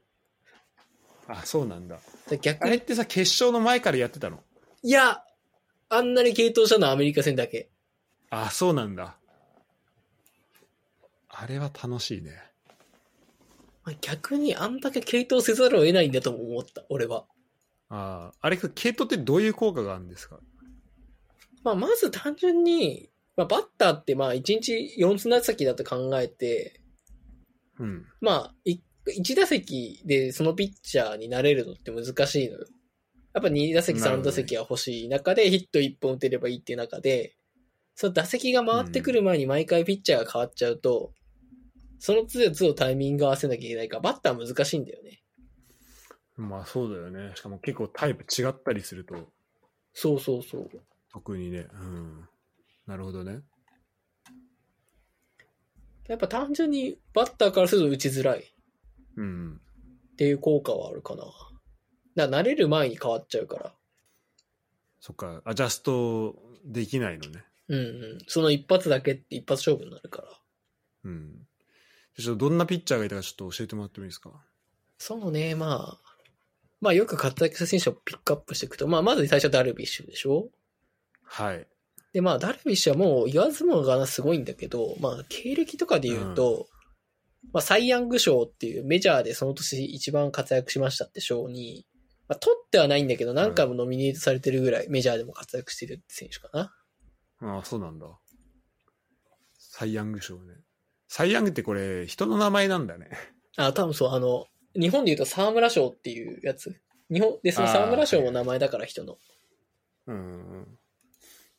S2: あ、そうなんだ。
S1: だ
S2: あ
S1: 逆
S2: れ
S1: に
S2: っ、てさ、決勝の前からやってたの
S1: いや、あんなに系統したのはアメリカ戦だけ。
S2: あ、そうなんだ。あれは楽しいね。
S1: まあ逆にあんだけ系統せざるを得ないんだとも思った、俺は。
S2: ああ、あれ、系統ってどういう効果があるんですか
S1: まあ、まず単純に、まあ、バッターって、まあ、1日4つな先だと考えて、
S2: うん。
S1: まあ、1打席でそのピッチャーになれるのって難しいのよ。やっぱ2打席、
S2: なる
S1: 3
S2: ほど
S1: 打
S2: ね
S1: 席は欲しい中で、ヒット1本打てればいいっていう中で、その打席が回ってくる前に毎回ピッチャーが変わっちゃうと、そのつどつどタイミング合わせなきゃいけないから、バッター難しいんだよね。
S2: まあそうだよね。しかも結構タイプ違ったりすると、
S1: そうそうそう。
S2: 特にね。うん。なるほどね。
S1: やっぱ単純にバッターからすると打ちづらいっ
S2: うん。
S1: ていう効果はあるかな。だから慣れる前に変わっちゃうから。
S2: そっか、アジャストできないのね。
S1: うんうん。その一発だけって一発勝負になるから。
S2: うん。ちょっとどんなピッチャーがいたかちょっと教えてもらってもいいですか
S1: そうね、まあ。まあよく活躍した選手をピックアップしていくと、まあまず最初はダルビッシュでしょ
S2: はい。
S1: でまあダルビッシュはもう言わずもがなすごいんだけど、まあ経歴とかで言うと、まあサイ・ヤング賞っていうメジャーでその年一番活躍しましたって賞に、まあ取ってはないんだけど何回もノミネートされてるぐらいメジャーでも活躍してるって選手かな。
S2: ああ、そうなんだ。サイ・ヤング賞ね。サイ・ヤングってこれ、人の名前なんだね。
S1: あ、多分そう、あの、日本で言うと沢村賞っていうやつ。日本で、その
S2: あー
S1: 沢村賞も名前だから人の。
S2: うん。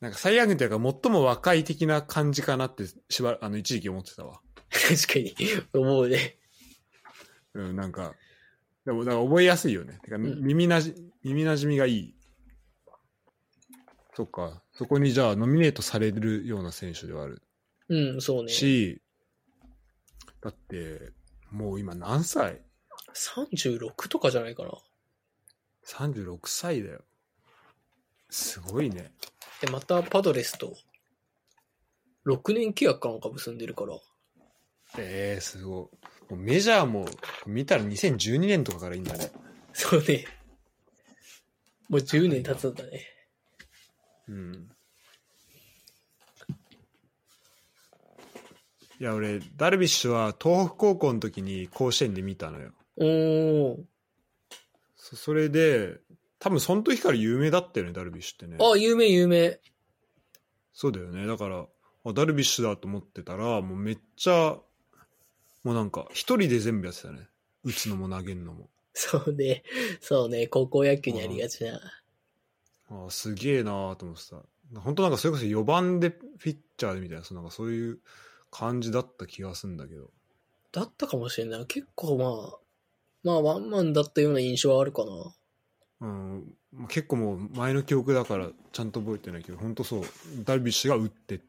S2: なんかサイ・ヤングっていうか、最も若い的な感じかなって、しばらあの、一時期思ってたわ。
S1: 確かに、思うね。
S2: うん、なんか、でも、だから覚えやすいよね。てか、
S1: ん
S2: 耳なじ、耳なじみがいい。そっか。そこにじゃあ、ノミネートされるような選手ではある
S1: うん、そうね。
S2: し、だって、もう今何歳
S1: 36とかじゃないかな。
S2: ?36 歳だよ。すごいね。
S1: で、またパドレスと、6年契約かなんか結んでるから。
S2: ええすごい。もうメジャーも見たら2012年とかからいいんだね。
S1: そうね。もう10年経つんだね。
S2: うん。いや、俺、ダルビッシュは東北高校の時に甲子園で見たのよ。
S1: おー。
S2: そそれで、多分その時から有名だったよね、ダルビッシュってね。
S1: あ、有名有名。
S2: そうだよね。だから、あダルビッシュだと思ってたら、もうめっちゃ、もうなんか、一人で全部やってたね。打つのも投げるのも。
S1: そうね。そうね。高校野球にありがちな。
S2: ああ、すげえなーと思ってた。本当なんかそれこそ4番でピッチャーでみたいな、そのなんかそういう感じだった気がするんだけど。
S1: だったかもしれない。結構まあ、まあワンマンだったような印象はあるかな。
S2: うん、まあ結構もう前の記憶だからちゃんと覚えてないけど、本当そう、ダルビッシュが打って、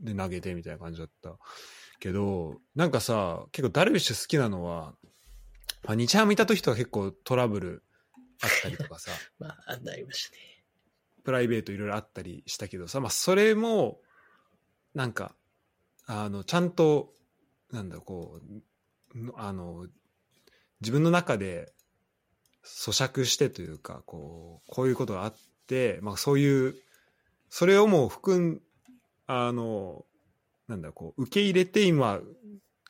S2: で投げてみたいな感じだったけど、なんかさ、結構ダルビッシュ好きなのは、まあ、日ハムいた時とは結構トラブルあったりとかさ、
S1: まあ、あんなありましたね。
S2: プライベートいろいろあったりしたけどさ、まあ、それもなんかあのちゃんとなんだろうこうんあの自分の中で咀嚼してというかこうこういうことがあって、まあ、そういうそれをもう含んあのなんだろうこう受け入れて今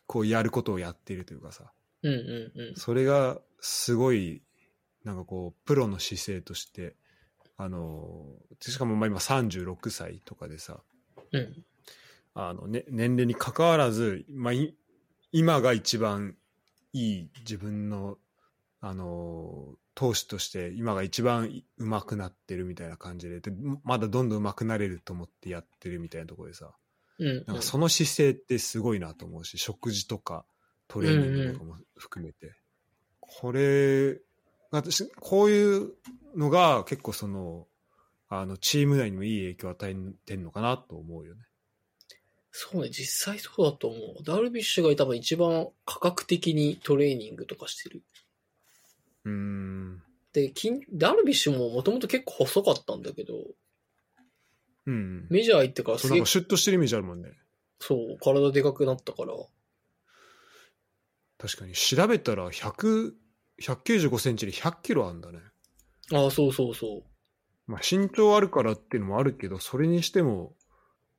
S2: こうやることをやっているというかさ
S1: うんうんうん。
S2: それがすごい、なんかこう、プロの姿勢として、あの、しかもまあ今36歳とかでさ、
S1: うん。
S2: あの、ね、年齢に関わらず、まあ、い今が一番いい自分の、あの、投手として今が一番い上手くなってるみたいな感じで、でまだどんどん上手くなれると思ってやってるみたいなところでさ、
S1: うん、
S2: なん
S1: うん
S2: か。その姿勢ってすごいなと思うし、食事とかトレーニングとかも含めて。これ私、こういうのが結構その、あの、チーム内にもいい影響を与えてんのかなと思うよね。
S1: そうね、実際そうだと思う。ダルビッシュが多分一番価格的にトレーニングとかしてる。
S2: うーん。
S1: で、筋ダルビッシュももともと結構細かったんだけど、
S2: うん。
S1: メジャー行ってから
S2: そ
S1: す
S2: うな
S1: げ
S2: ん
S1: え
S2: か、シュッとしてるイメージあるもんね。
S1: そう、体でかくなったから、
S2: 確かに。調べたら100、195センチで100キロあるんだね。
S1: ああ、そうそうそう。
S2: まあ、身長あるからっていうのもあるけど、それにしても、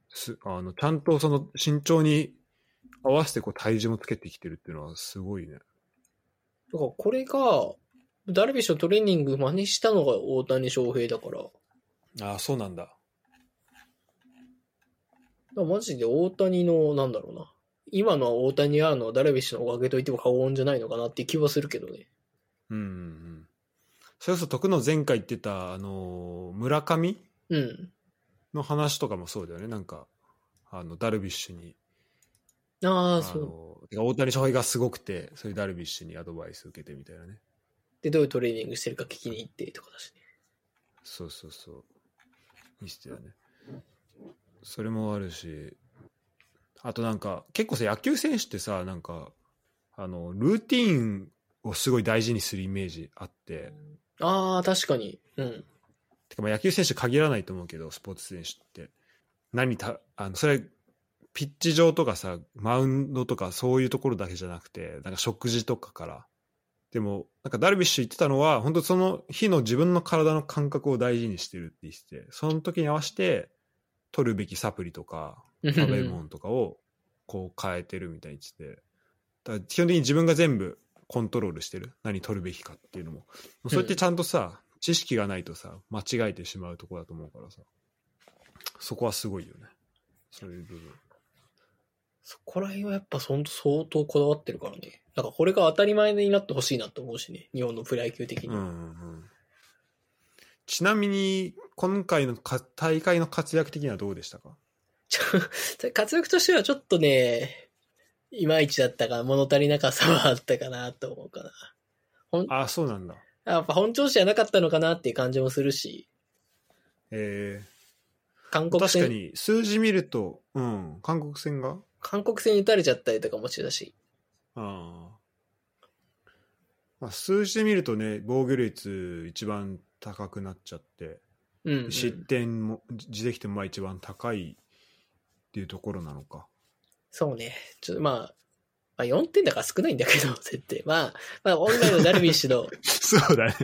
S2: すあのちゃんとその身長に合わせてこう体重もつけてきてるっていうのはすごいね。
S1: だからこれが、ダルビッシュのトレーニング真似したのが大谷翔平だから、だか
S2: ああ、そうなんだ。
S1: らマジで大谷の、なんだろうな、今の大谷あるのはダルビッシュのおかげと言っても過言じゃないのかなっていう気はするけどね。
S2: うんうんうん。それこそ徳の前回言ってた、あのー村上
S1: うん。
S2: の話とかもそうだよね。なんか、あの、ダルビッシュに、
S1: あ
S2: あ
S1: あ、そう。
S2: のてか大谷翔平がすごくて、そういうダルビッシュにアドバイス受けてみたいなね。
S1: で、どういうトレーニングしてるか聞きに行ってとかだしね。
S2: そうそうそう。にしてよね。それもあるし、あとなんか、結構さ、野球選手ってさ、なんか、あの、ルーティーンをすごい大事にするイメージあって、
S1: ああ、確かに。うん。
S2: てかまあ野球選手限らないと思うけど、スポーツ選手って。何た、あの、それ、ピッチ上とかさ、マウンドとかそういうところだけじゃなくて、なんか食事とかから。でも、なんかダルビッシュ言ってたのは、本当その日の自分の体の感覚を大事にしてるって言ってて、その時に合わせて、取るべきサプリとか、食べ物とかをこう変えてるみたいに言ってて、だから基本的に自分が全部コントロールしてる。何取るべきかっていうのも。そうやってちゃんとさ、知識がないとさ、間違えてしまうとこだと思うからさ、そこはすごいよね。そういう部分。
S1: そこら辺はやっぱほんと相当こだわってるからね。なんかこれが当たり前になってほしいなと思うしね。日本のプロ野球的に。
S2: うんうんうん。ちなみに、今回のか大会の活躍的にはどうでしたか
S1: ちょ *laughs* 活躍としてはちょっとね、いまいちだったか、物足りなかさはあったかなと思うかな。
S2: あ、そうなんだ。
S1: あやっぱ本調子じゃなかったのかなっていう感じもするし、
S2: え
S1: 韓
S2: ー、
S1: 国
S2: 確か
S1: 戦、
S2: に数字見ると、うん、韓国戦が
S1: 韓国戦に打たれちゃったりとかもしてたし、
S2: ああ。まあ、数字で見るとね、防御率一番高くなっちゃって、
S1: うん、うん。
S2: 失点も、自責点もまあ一番高いっていうところなのか。
S1: そうね。ちょっとまあ、まあ4点だから少ないんだけど、 *laughs* 設定。まあ、まあ、本来のダルビッシュ
S2: *laughs*
S1: の、
S2: そうだね。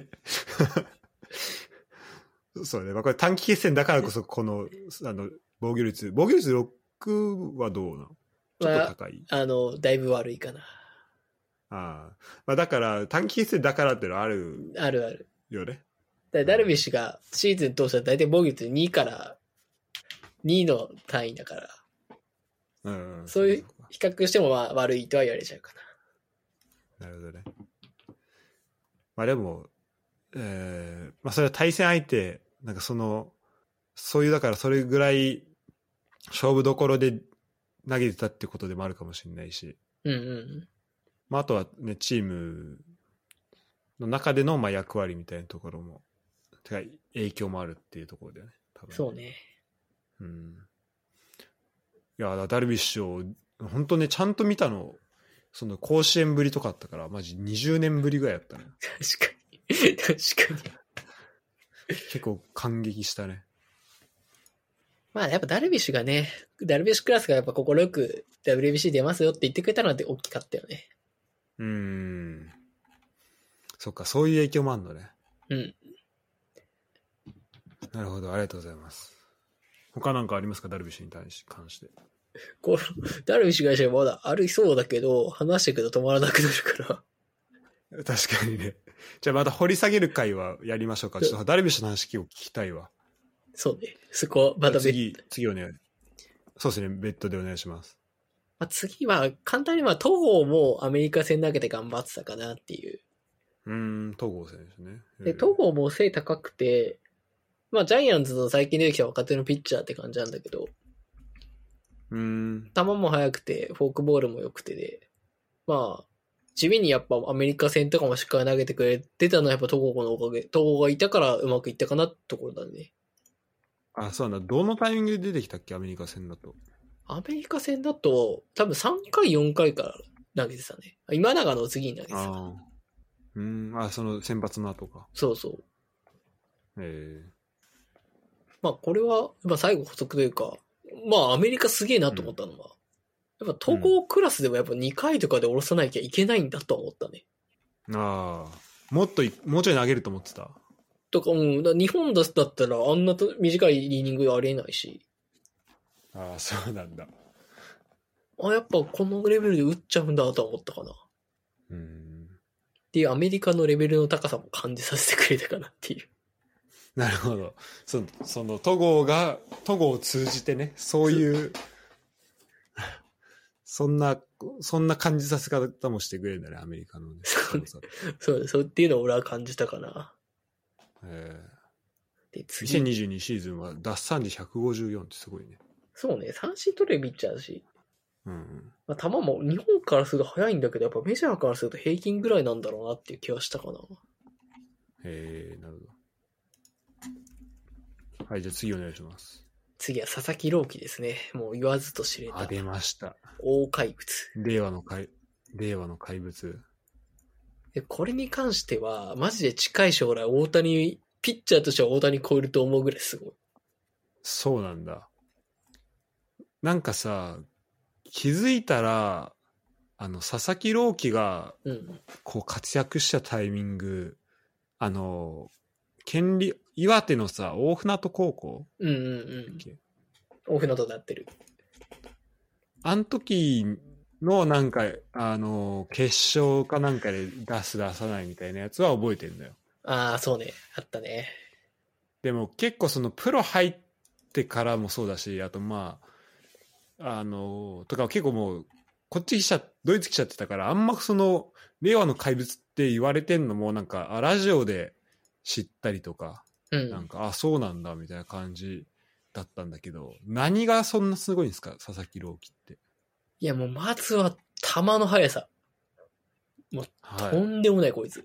S2: そうね。まあ、これ短期決戦だからこそ、この、あの、防御率、防御率6はどうなのちょっと
S1: まあ、
S2: 高い。
S1: あの、だいぶ悪いかな。
S2: ああ。まあ、だから、短期決戦だからってのはある
S1: あるある。
S2: よね。
S1: だからダルビッシュがシーズン通したら大体防御率2から、2の単位だから、
S2: うん。
S1: そういう
S2: か
S1: 比較してもまあ悪いとは言われちゃうかな。
S2: なるほどね。まあでも、えーまあそれは対戦相手、なんかその、そういうだからそれぐらい勝負どころで投げてたってことでもあるかもしれないし、
S1: うんうん。
S2: まああとはね、チームの中でのまあ役割みたいなところも、てか影響もあるっていうところだよね、多分。
S1: そうね。
S2: うんいや、だからダルビッシュを、本当ね、ちゃんと見たの、その甲子園ぶりとかあったから、マジ20年ぶりぐらいだったね。
S1: 確かに。確かに。
S2: 結構感激したね。
S1: まあやっぱダルビッシュがね、ダルビッシュクラスがやっぱ快く WBC 出ますよって言ってくれたのって大きかったよね。
S2: うーん。そっか、そういう影響もあるのね。
S1: うん。
S2: なるほど、ありがとうございます。他なんかありますか、ダルビッシュに対し関して。
S1: こう、ダルビッシュ会社まだありそうだけど、話していくと止まらなくなるから。
S2: *laughs* 確かにね。じゃあまた掘り下げる回はやりましょうか。ちょっとダルビッシュの話を聞きたいわ。
S1: そうね。そこはまた別
S2: 次、次お願い。そうですね、ベッドでお願いします。
S1: まあ、次は、簡単にまあ、東方もアメリカ戦投げて頑張ってたかなっていう。
S2: うーん、東郷選手ね。
S1: で、
S2: うん
S1: 東方も背高くて、まあ、ジャイアンツの最近出てきた若手のピッチャーって感じなんだけど、
S2: うーん。
S1: 球も速くて、フォークボールも良くてで、まあ、地味にやっぱアメリカ戦とかもしっかり投げてくれてたのはやっぱ東郷のおかげ、東郷がいたからうまくいったかなってところだね。
S2: あ、そうなんだ。どのタイミングで出てきたっけアメリカ戦だと。
S1: アメリカ戦だと、多分3回、4回から投げてたね。あ今永の次に投げてた。
S2: ああ。うーん。あ、その先発の後か。
S1: そうそう。
S2: え
S1: まあこれは、まあ最後補足というか、まあアメリカすげえなと思ったのは、やっぱ統合クラスでもやっぱ2回とかで下ろさなきゃいけないんだとは思ったね。
S2: えああ。もっとい、もうちょい投げると思ってた。
S1: とか、うん、だ日本だったらあんなと短いリーニングありえないし、
S2: ああ、そうなんだ。
S1: あ、やっぱこのレベルで打っちゃうんだとは思ったかな。っ
S2: うーん。
S1: ていうアメリカのレベルの高さも感じさせてくれたかなっていう。 *laughs*
S2: なるほど。その、その、戸郷が、戸郷を通じてね、そういう、そんな、そんな感じさせ方もしてくれるんだね、アメリカのね。
S1: そうね
S2: そう
S1: そう、そうっていうのを俺は感じたかな。
S2: え
S1: で、
S2: ー、
S1: 次。
S2: 2022シーズンは奪三時154ってすごいね。
S1: そうね、三振取れるピッチャーだし、
S2: うんうん。
S1: まあ、球も日本からすると速いんだけど、やっぱメジャーからすると平均ぐらいなんだろうなっていう気はしたかな。
S2: えー、なるほど。はい、じゃあ次お願いします。
S1: 次は佐々木朗希ですね。もう言わずと知れ
S2: あ、
S1: た
S2: 出ました。
S1: 大怪物。
S2: 令和の怪、令和の怪物。
S1: でこれに関しては、マジで近い将来、大谷、ピッチャーとしては大谷超えると思うぐらいすごい。
S2: そうなんだ。なんかさ、気づいたら、あの、佐々木朗希が、
S1: うん。
S2: こう、活躍したタイミング、あの、県立、岩手のさ、大船渡高校
S1: うんうんうん。大船渡でやってる。
S2: あの時のなんか、あの、決勝かなんかで出す出さないみたいなやつは覚えてんだよ。
S1: ああ、そうね。あったね。
S2: でも結構そのプロ入ってからもそうだし、あとまあ、あの、とか結構もう、こっち来ちゃ、ドイツ来ちゃってたから、あんまその、令和の怪物って言われてんのも、なんか、あラジオで知ったりとか、
S1: う
S2: なん
S1: ん。
S2: か、あ、そうなんだ、みたいな感じだったんだけど、何がそんなすごいんですか、佐々木朗希って。
S1: いや、もう、まずは、球の速さ。
S2: は
S1: と
S2: い。
S1: んでもない、こいつ。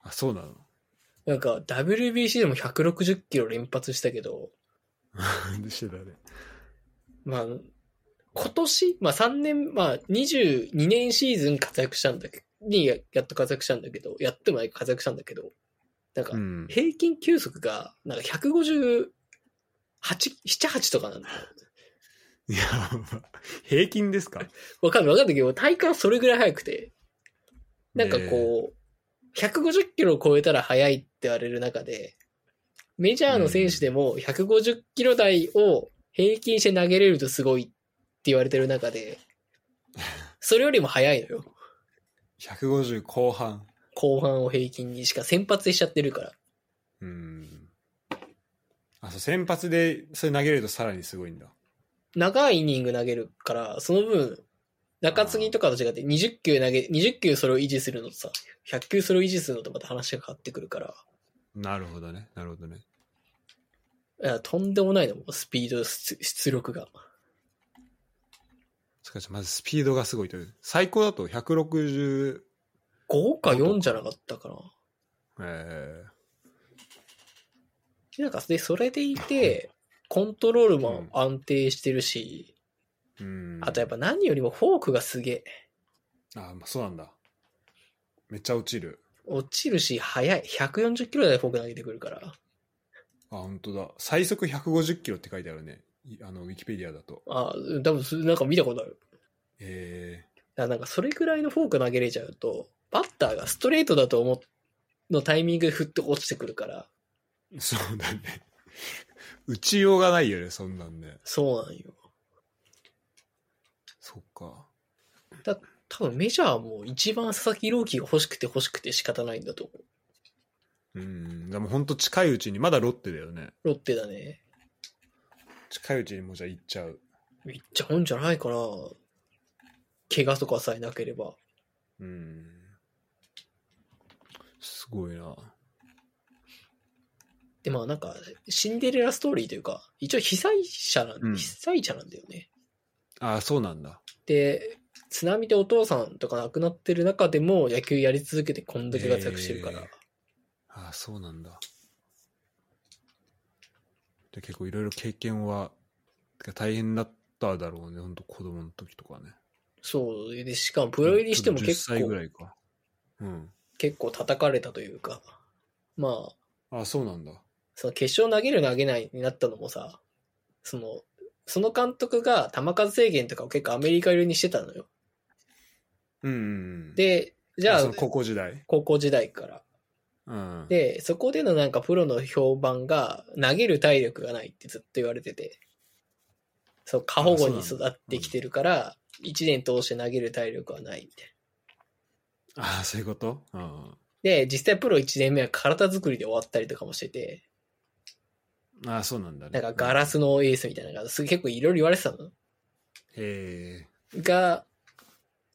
S2: あ、そうなの。
S1: なんか、WBC でも160キロ連発したけど、
S2: で *laughs* してたね。
S1: まあ、今年、まあ3年、まあ22年シーズン活躍したんだけど、にややっと活躍したんだけど、やってもない活躍したんだけど、なんか
S2: う、ん。
S1: 平均球速が、なんか158、7、8とかなんだよ。
S2: いや、平均です *laughs* か
S1: わかんないわかんないけど、体感それぐらい速くて、なんかこう、150キロを超えたら速いって言われる中で、メジャーの選手でも150キロ台を平均して投げれるとすごいって言われてる中で、それよりも速いのよ。
S2: う、150後半。
S1: 後半を平均にしか先発しちゃってるから。
S2: うん。あ、そう、先発でそれ投げるとさらにすごいんだ。
S1: 長いイニング投げるから、その分、中継ぎとかと違って20球投げ、20球それを維持するのとさ、100球それを維持するのとまた話が変わってくるから、
S2: なるほどね。なるほどね。
S1: いやとんでもないの、もうスピード、出出力が。
S2: しかし、まずスピードがすごいという。最高だと160、
S1: 5か4じゃなかったかな。
S2: え
S1: でなんか、で、それでいて、コントロールも安定してるし、
S2: ー、うん。
S1: あとやっぱ何よりもフォークがすげえ。
S2: あ、まあ、そうなんだ。めっちゃ落ちる。
S1: 落ちるし、速い。140キロ台でフォーク投げてくるから。
S2: あ、本当だ。最速150キロって書いてあるね。いあの、ウィキペディアだと。
S1: あー、多分それなんか見たことある。
S2: え
S1: だからなんかそれぐらいのフォーク投げれちゃうと、バッターがストレートだと思っのタイミングで振って落ちてくるから、
S2: ー、そうだね。 *laughs* 打ちようがないよね、そんなんね。
S1: そうなんよ。
S2: そっか。
S1: 多分メジャーはもう一番佐々木朗希が欲しくて欲しくて仕方ないんだと思う。
S2: うん。でも本当近いうちに、まだロッテだよね。
S1: ロッテだね。
S2: 近いうちにもうじゃあ行っちゃう。
S1: いっちゃうんじゃないかな。怪我とかさえなければ。
S2: うん。すごいな。
S1: で、まあなんか、シンデレラストーリーというか、一応被災者なん、
S2: うん
S1: 被災者なんだよね。
S2: ああ、そうなんだ。
S1: で、津波でお父さんとか亡くなってる中でも野球やり続けてこんだけ活躍してるから。
S2: へーああ、そうなんだ。で結構いろいろ経験は、てか大変だっただろうね。ほんと子供の時とかね。
S1: そう。で、しかもプロ入りしても結
S2: 10歳ぐら
S1: 構、
S2: いか。うん。
S1: 結構叩かれたというか、まあ、
S2: ああ、そうなんだ。
S1: その決勝投げる投げないになったのもさ、その、その監督が球数制限とかを結構アメリカ寄りにしてたのよ。
S2: うんうんうん。、
S1: で、じゃあ
S2: その、高校時代。
S1: 高校時代から。
S2: うん。
S1: で、そこでのなんかプロの評判が、投げる体力がないってずっと言われてて、そう、過保護に
S2: あ
S1: 育
S2: そうなんだ
S1: ってきてるから、一年通して投げる体力はないみたいな。
S2: ああ、そういうことうん。
S1: で、実際プロ1年目は体作りで終わったりとかもしてて、
S2: ああ、そうなんだね。
S1: なんかガラスのエースみたいなのが、す結構いろいろ言われてたの。
S2: へえ。
S1: が、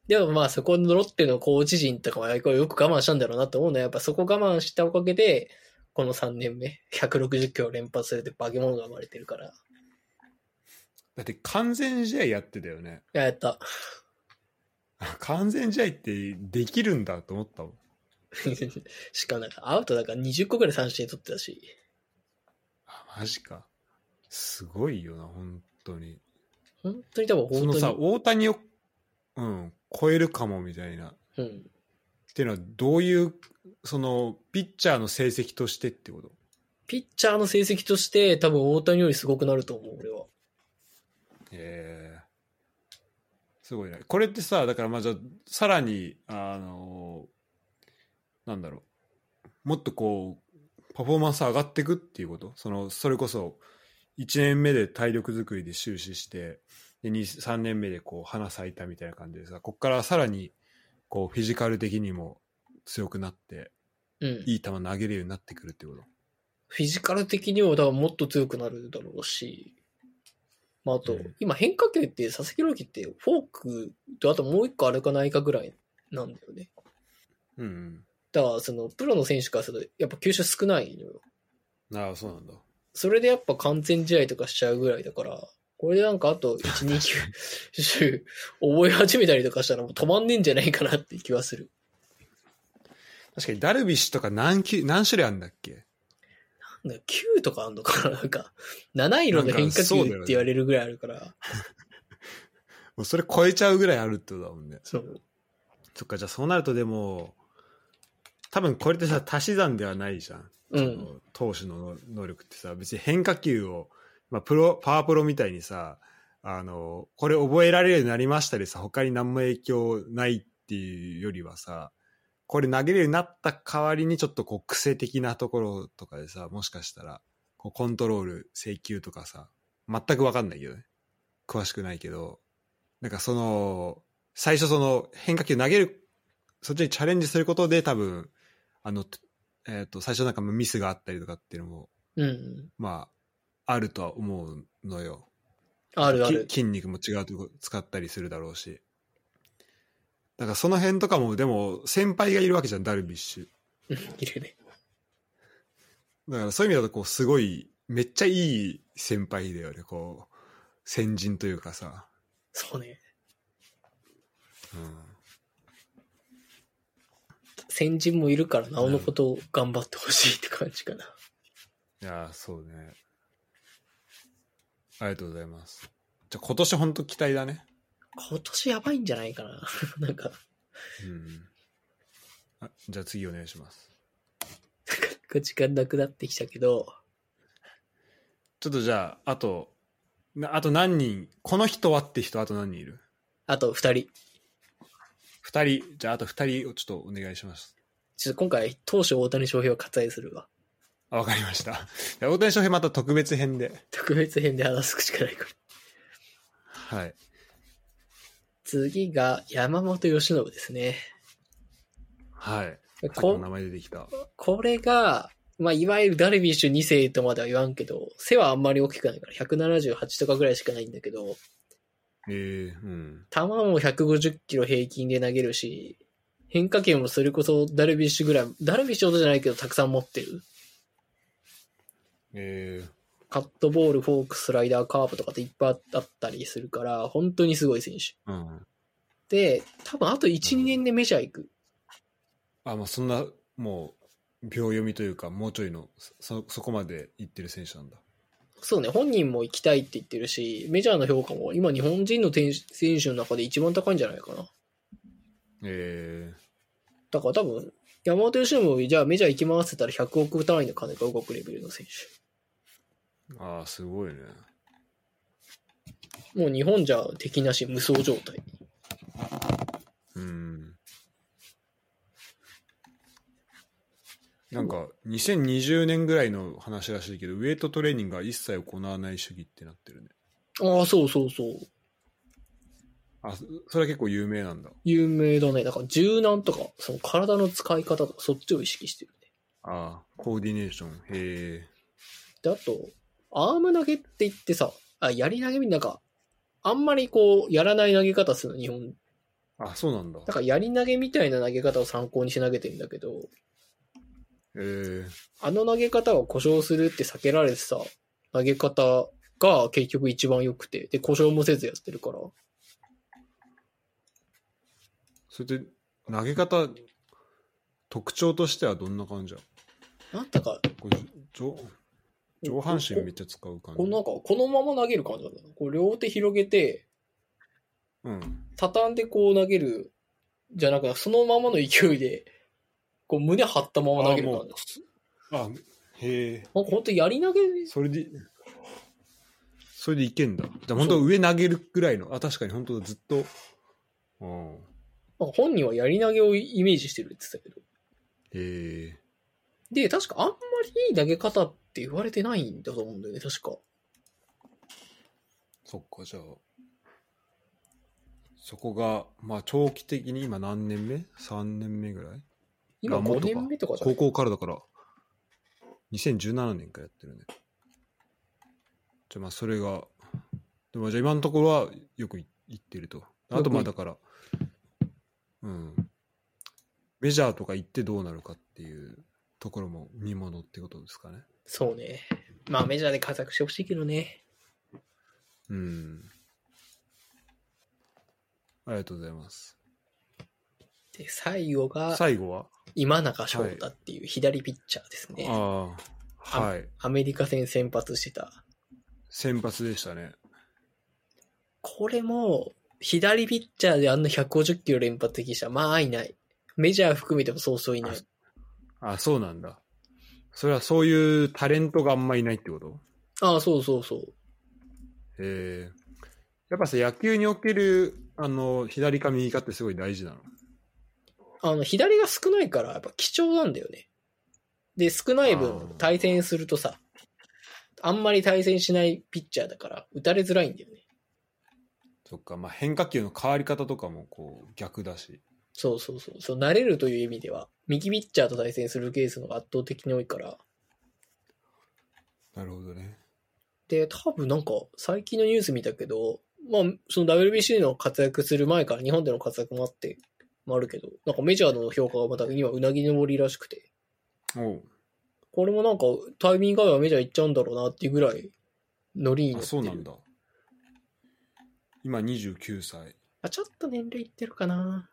S1: でもまあそこのロッテのコーチ陣とかはよく我慢したんだろうなと思うのは、やっぱそこ我慢したおかげで、この3年目、160キロ連発されて化け物が生まれてるから。
S2: だって完全試合やってたよね。
S1: ややった。 *laughs*
S2: あ完全試合ってできるんだと思ったもん。
S1: しかもなんかアウトだから20個ぐらい三振取ってたし。
S2: あマジか。すごいよな、本当に。
S1: 本当に多分
S2: そ
S1: 本
S2: のさ、
S1: 当に。
S2: 大谷を、うん、超えるかもみたいな。っ
S1: うん。
S2: ていうのは、どういう、その、ピッチャーの成績としてってこと
S1: ピッチャーの成績として多分大谷よりすごくなると思う、俺は。
S2: ええすごいね。これってさ、だからまあじゃあさらに、あのなんだろう。もっとこう、パフォーマンス上がっていくっていうことその、それこそ、1年目で体力作りで終始して、で、2、3年目でこう、花咲いたみたいな感じでさ、こっからさらに、こう、フィジカル的にも強くなって、
S1: うん。
S2: いい球投げれるようになってくるってこと
S1: フィジカル的には多分もっと強くなるだろうし、まあ、あと、
S2: うん
S1: 今変化球って佐々木朗希ってフォークとあともう一個あるかないかぐらいなんだよね。
S2: うん、うん。
S1: だからそのプロの選手からするとやっぱ球種少ないのよ。
S2: ああ、そうなんだ。
S1: それでやっぱ完全試合とかしちゃうぐらいだから、これでなんかあと1、2球覚え始めたりとかしたらもう止まんねえんじゃないかなって気はする。
S2: 確かに、ダルビッシュとか何球、何種類あるんだっけ
S1: なんか9とかあんのかななん *laughs* か、7色の変化球って言われるぐらいあるから、
S2: もうそれ超えちゃうぐらいあるってことだもんね。
S1: そう。
S2: そっか、じゃあそうなるとでも、多分これってさ、足し算ではないじゃん。
S1: う
S2: そ
S1: ん。
S2: の投手の能力ってさ、別に変化球を、まあ、プロ、パワープロみたいにさ、あの、これ覚えられるようになりましたでさ、他に何も影響ないっていうよりはさ、これ投げれるようになった代わりにちょっとこう癖的なところとかでさ、もしかしたら、こうコントロール、制球とかさ、全くわかんないけどね。詳しくないけど、なんかその、最初その変化球投げる、そっちにチャレンジすることで多分、あの、えっ、と、最初なんかミスがあったりとかっていうのも、
S1: うん。
S2: まあ、あるとは思うのよ。
S1: あるある
S2: き。筋肉も違うとこ使ったりするだろうし。だからその辺とかも、でも、先輩がいるわけじゃん、ダルビッシュ。
S1: うんいるね。
S2: だからそういう意味だと、こう、すごい、めっちゃいい先輩だよね、こう、先人というかさ。
S1: そうね。
S2: うん。
S1: 先人もいるから、なおのことを頑張ってほしいって感じかな。
S2: いやー、そうね。ありがとうございます。じゃあ今年本当期待だね。
S1: 今年やばいんじゃないか *laughs* な。なんか、
S2: うん。あじゃあ次お願いします。
S1: 時間なくなってきたけど、
S2: ちょっとじゃあ、あと、なあと何人、この人はって人、あと何人いる
S1: あと二人。
S2: 二人、じゃああと二人をちょっとお願いします。
S1: ちょっと今回、投手大谷翔平を割愛するわ。
S2: あ、わかりました。 *laughs* いや大谷翔平また特別編で。
S1: 特別編で話すしかないから。
S2: はい。
S1: 次が、山本由伸ですね。
S2: はい。さっきも
S1: こ
S2: 名前出てきた。
S1: これが、まあ、いわゆるダルビッシュ2世とまでは言わんけど、背はあんまり大きくないから、178とかぐらいしかないんだけど、
S2: ええうん。
S1: 球も150キロ平均で投げるし、変化球もそれこそダルビッシュぐらい、ダルビッシュほどじゃないけどたくさん持ってる。
S2: え
S1: カットボール、フォーク、スライダー、カーブとかっていっぱいあったりするから、本当にすごい選手。
S2: えうん。
S1: で、多分あと1、2年でメジャー行く。
S2: あ、まあそんな、もう、秒読みというか、もうちょいの、そ、そこまで行ってる選手なんだ。
S1: そうね、本人も行きたいって言ってるし、メジャーの評価も今日本人の選手選手の中で一番高いんじゃないかな。
S2: え
S1: だから多分、山本由伸もじゃあメジャー行きますって言ったら100億単位の金が動くレベルの選
S2: えああ、すごいね。
S1: 手。もう日本じゃ敵なし無双状態。
S2: うん。なんか、2020年ぐらいの話らしいけど、ウェイトトレーニングが一切行わない主義ってなってるね。
S1: ああ、そうそうそう。
S2: あ、そそれは結構有名なんだ。
S1: 有名だね。だから柔軟とか、その体の使い方とか、そっちを意識してるね。
S2: ああ、コーディネーション。へえ。
S1: で、あと、アーム投げって言ってさ、あ、やり投げみなんか、あんまりこう、やらない投げ方するの、日本。
S2: あ、そうなんだ。
S1: だから、やり投げみたいな投げ方を参考にして投げてるんだけど、
S2: えー、
S1: あの投げ方が故障するって避けられてた投げ方が結局一番良くて、で、故障もせずやってるから。
S2: それで投げ方、特徴としてはどんな感じや
S1: なんだか、
S2: これ上上半身めっちゃ使う感じ。
S1: このなんか、このまま投げる感じなんだな。こう両手広げて、
S2: うん。
S1: 畳んでこう投げる、じゃなく、そのままの勢いで、こう胸張ったまま投げる
S2: あ
S1: 感
S2: も
S1: じ
S2: う。あ、へえ。
S1: なんか本当やり投げ
S2: それで、それでいけんだ。じゃあ本当上投げるぐらいの、あ、確かに本当だずっと。うん。
S1: なんか本人はやり投げをイメージしてるって言ってたけど。
S2: へえ。
S1: で、確かあんまりいい投げ方って言われてないんだと思うんだよね、確か。
S2: そっか、じゃあ。そこが、まあ長期的に今何年目 ?3 年目ぐらい
S1: 今
S2: あもっ
S1: 5
S2: とか
S1: 年目とかじゃな
S2: 高
S1: い
S2: 校からだから、2017年からやってるね。じゃあまあそれが、でもじゃあ今のところはよくいいってると。あとまあだから、うん。メジャーとか行ってどうなるかっていうところも見ものってことですかね。
S1: そうね。まあメジャーで活躍してほしいけどね。
S2: うん。ありがとうございます。
S1: で、最後が
S2: 最後は
S1: 今中翔太っていう左ピッチャーですね。
S2: ああ、はい。
S1: アメリカ戦先発してた。
S2: 先発でしたね。
S1: これも、左ピッチャーであんな150キロ連発的したらまあいない。メジャー含めてもそうそういない。
S2: あ、そうなんだ。それはそういうタレントがあんまいないってこと
S1: ああ、そうそうそう。
S2: えー、やっぱさ、野球における、あの、左か右かってすごい大事なの。
S1: あの、左が少ないから、やっぱ貴重なんだよね。で、少ない
S2: あ
S1: 分
S2: ー、
S1: 対戦するとさ、あんまり対戦しないピッチャーだから、打たれづらいんだよね。
S2: そっか、まあ、変化球の変わり方とかも、こう、逆だし。
S1: そうそうそう。そう、慣れるという意味では、右ピッチャーと対戦するケースの方が圧倒的に多いから。
S2: なるほどね。
S1: で、多分なんか、最近のニュース見たけど、まあ、その WBC の活躍する前から日本での活躍もあって、もあるけど、なんかメジャーの評価がまた今、うなぎ登りらしくて、
S2: おう
S1: これもなんか、タイミング合えばメジャー行っちゃうんだろうなっていうぐらい、ノリに乗って
S2: あ、
S1: る。
S2: そうなんだ。今29歳。
S1: あ、ちょっと年齢いってるかな。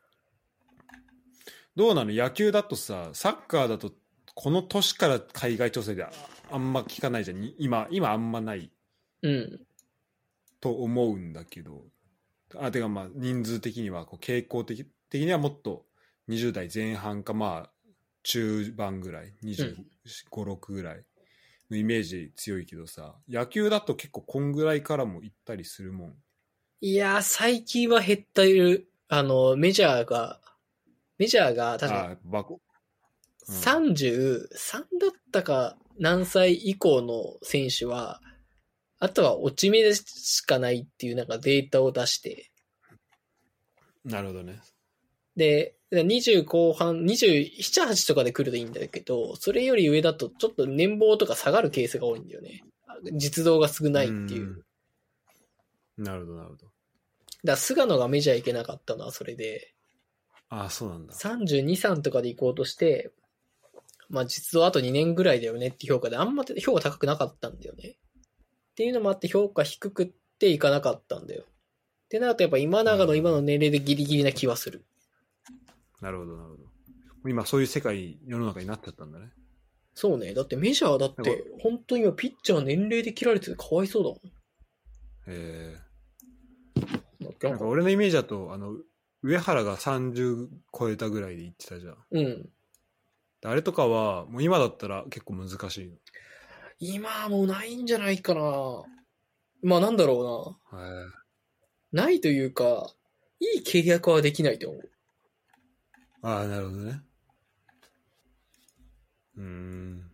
S2: どうなの野球だとさ、サッカーだと、この年から海外調整でああんま聞かないじゃん。に今、今あんまない
S1: うん。
S2: と思うんだけど。あ、てかまあ、人数的には、こう、傾向的的にはもっと20代前半か、まあ、中盤ぐらい、25、6ぐらいのイメージ強いけどさ、野球だと結構こんぐらいからも行ったりするもん。
S1: いやー、最近は減ったる、あの、メジャーが、メジャーが、確か
S2: あ、バコ。うん
S1: 33だったか何歳以降の選手は、あとは落ち目しかないっていうなんかデータを出して、
S2: なるほどね。
S1: で、20後半、27、8とかで来るといいんだけど、それより上だとちょっと年俸とか下がるケースが多いんだよね。実動が少ないっていう。
S2: うん。なるほど、なるほ
S1: だ
S2: ど。
S1: から菅野がメジャー行けなかったのはそれで、
S2: あ、そうなんだ。
S1: 32、3とかで行こうとして、まあ実はあと2年ぐらいだよねって評価で、あんま評価高くなかったんだよね。っていうのもあって評価低くっていかなかったんだよ。ってなるとやっぱ今永の今の年齢でギリギリな気はする。
S2: なるほど、なるほど。今、そういう世界、世の中になっちゃったんだね。
S1: そうね。だってメジャーだって、本当に今ピッチャー年齢で切られててかわいそうだもん。
S2: えー。
S1: なん
S2: なんか
S1: か
S2: 俺のイメージだと、あの、上原が30超えたぐらいで行ってたじゃん。
S1: うん。
S2: であれとかは、もう今だったら結構難しい
S1: 今はもうないんじゃないかな。まあなんだろ
S2: の。へ
S1: うな。ないというか、いい契約はできないと思う。
S2: ああ、なるほどね。うーん。
S1: なん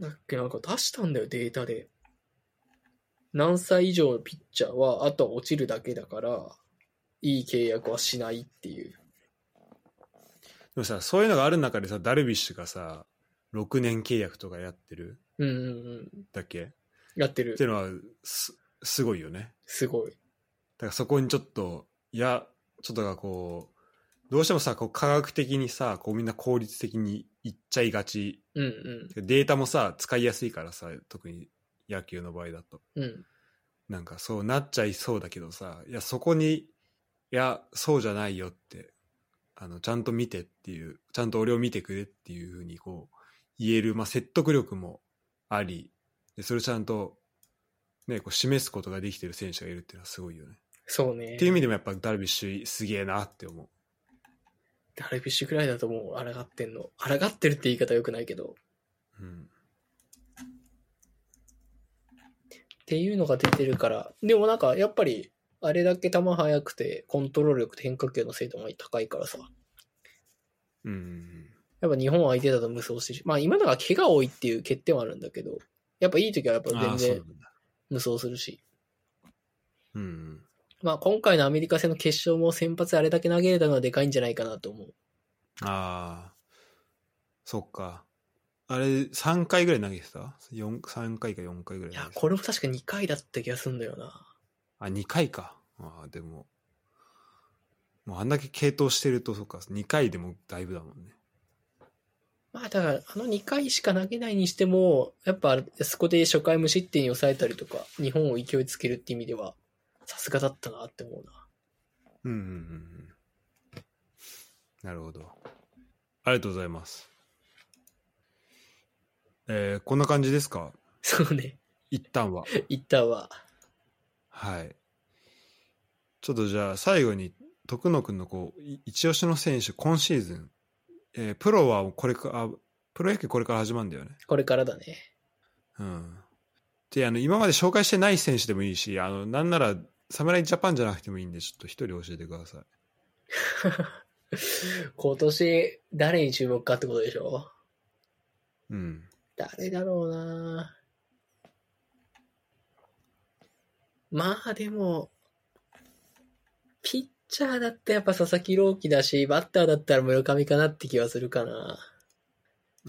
S1: だっけ、なんか出したんだよ、データで。何歳以上のピッチャーは、あとは落ちるだけだから、いい契約はしないっていう。
S2: でもさ、そういうのがある中でさ、ダルビッシュがさ、6年契約とかやってる
S1: うんうんうん。
S2: だっけっ
S1: やってる
S2: てい。うのはす、すごいよね。
S1: すごい。
S2: だからそこにちょっと、いや、ちょっとがこう、どうしてもさ、こう科学的にさ、こうみんな効率的にいっちゃいがち。
S1: うんうん。
S2: データもさ、使いやすいからさ、特に野球の場合だと。
S1: うん。
S2: なんかそうなっちゃいそうだけどさ、いや、そこに、いや、そうじゃないよって、あの、ちゃんと見てっていう、ちゃんと俺を見てくれっていうふうにこう、言える、まあ、説得力もあり、で、それちゃんと、ね、こう示すことができてる選手がいるっていうのはすごいよね。
S1: そうね。
S2: っていう意味でもやっぱダルビッシュすげえなって思う。
S1: ダルビッシュくらいだともう抗ってんの。抗ってるって言い方よくないけど。
S2: うん。
S1: っていうのが出てるから。でもなんかやっぱり、あれだけ球速くて、コントロール力と変化球の精度も高いからさ。
S2: うん。
S1: やっぱ日本相手だと無双してるし。まあ今だから怪我多いっていう欠点はあるんだけど、やっぱいい時はやっぱ
S2: あ
S1: 全
S2: あ、そう
S1: 然
S2: なんだ。
S1: 無双するし。
S2: うん。
S1: まあ今回のアメリカ戦の決勝も先発あれだけ投げれたのはでかいんじゃないかなと思う。
S2: ああ、そっか。あれ、3回ぐらい投げてた ?4、3回か4回ぐらい
S1: い
S2: 投げ
S1: や
S2: て、た。
S1: これも確か2回だった気がするんだよな。
S2: あ、2回か。ああ、でも、もうあんだけ継投してると、そっか、2回でもだいぶだもんね。
S1: まあだから、あの2回しか投げないにしても、やっぱそこで初回無失点に抑えたりとか、日本を勢いつけるって意味では、さすがだったなって思うな。
S2: うんうんうんうん。なるほど。ありがとうございます。えーこんな感じですか
S1: そうね、
S2: 一旦は。
S1: 一旦は。
S2: はい。ちょっとじゃあ最後に徳野くんのこうい一押しの選手今シーズン、えープロはこれかあプロ野球これから始まるんだよね。
S1: これからだね。
S2: うん。であの今まで紹介してない選手でもいいし、あのなんなら侍ジャパンじゃなくてもいいんでちょっと一人教えてください。
S1: 今年、誰に注目かってことでしょ
S2: うん。
S1: 誰だろうなまあでも、ピッチャーだってやっぱ佐々木朗希だし、バッターだったら村上かなって気はするかな。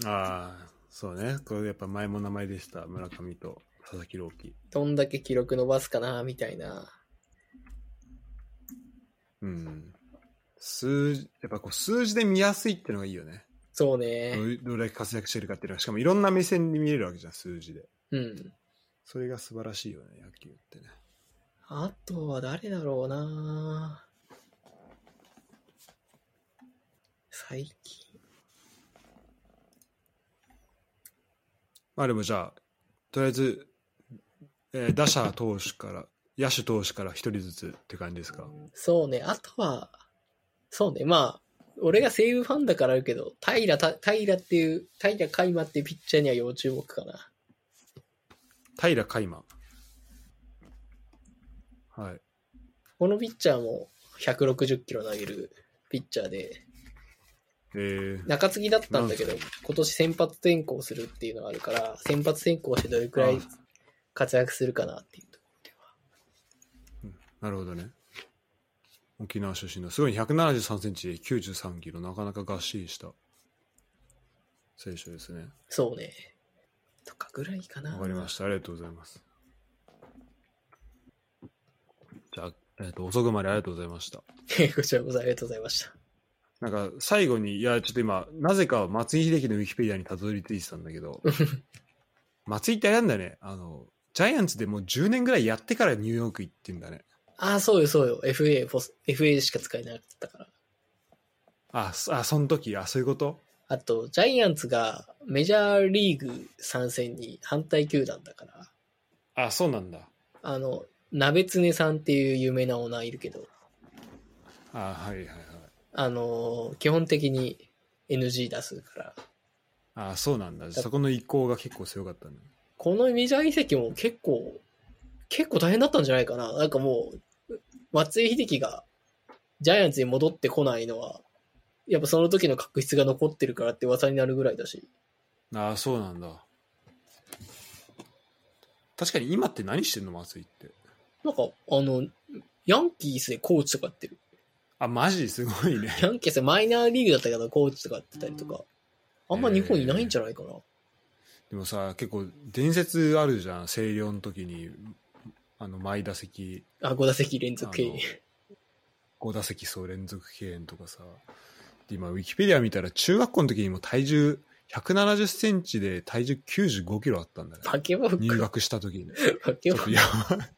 S2: ああそうね。これやっぱ前も名前でした村上と佐々木朗希。
S1: どんだけ記録伸ばすかな、みたいな。
S2: うん。数字やっぱこう数字で見やすいってのがいいよね。
S1: そうね。
S2: どれどれだけ活躍してるかっていうのはしかもいろんな目線で見れるわけじゃん数字で
S1: うん。
S2: それが素晴らしいよね野球ってね
S1: あとは誰だろうな最近。
S2: まあでもじゃあとりあえず、えー打者投手から野手投手から一人ずつって感じですか
S1: そうね。あとは、そうね。まあ、俺が西武ファンだからあるけど、平、た平っていう、平海馬っていうピッチャーには要注目かな。
S2: 平海馬はい
S1: このピッチャーも160キロ投げるピッチャーで、
S2: えー、
S1: 中継ぎだったんだけど、今年先発転向するっていうのがあるから、先発転向してどれくらい活躍するかなっていうところでは。
S2: なるほどね沖縄出身のすごい1 7 3ンチで9 3キロなかなかがっしりした選手ですね
S1: そうね。とかぐらいかな。
S2: わかりました。ありがとうございます。じゃあ、えっと、遅くまでありがとうございました。
S1: た。 *laughs* こちらこそありがとうございました。
S2: なんか、最後に、いや、ちょっと今、なぜか松井秀喜のウィキペディアにたどり着いてたんだけど、松井ってあれなんだね。あの、ジャイアンツでもう10年ぐらいやってからニューヨーク行ってんだね。
S1: ああ、そうよ、そうよ。FA、フォス FA しか使えなかったから。
S2: あ、そあその時、あ、そういうこと
S1: あと、ジャイアンツがメジャーリーグ参戦に反対球団だから、
S2: あ、そうなんだ。
S1: あの、鍋常さんっていう有名なオーナーいるけど、
S2: あ、はいはいはい。
S1: あのー基本的に NG 出すから、
S2: あ、そうなんだ。そこの意向が結構強かったね。
S1: このメジャー移籍も結構、結構大変だったんじゃないかな。なんかもう、松井秀喜がジャイアンツに戻ってこないのは、やっぱその時の確執が残ってるからって噂になるぐらいだし、
S2: あ、そうなんだ。確かに今って何してんの松井って。
S1: なんか、あの、ヤンキースでコーチとかやってる。
S2: あ、マジ *laughs* すごいね。
S1: ヤンキースマイナーリーグだったけど、コーチとかやってたりとか。あんま日本いないんじゃないかな。
S2: でもさ、結構伝説あるじゃん。星稜の時に、あの、毎打席、
S1: あ、5打席連続敬
S2: あ
S1: 遠 *laughs*
S2: の。5打席総連続敬遠とかさ。で、今、ウィキペディア見たら中学校の時にも体重170センチで体重95キロあったんだね。
S1: 化け物
S2: 入
S1: か。
S2: 学した時に。
S1: 化け
S2: ちょっ
S1: 物
S2: とやばい。 *laughs*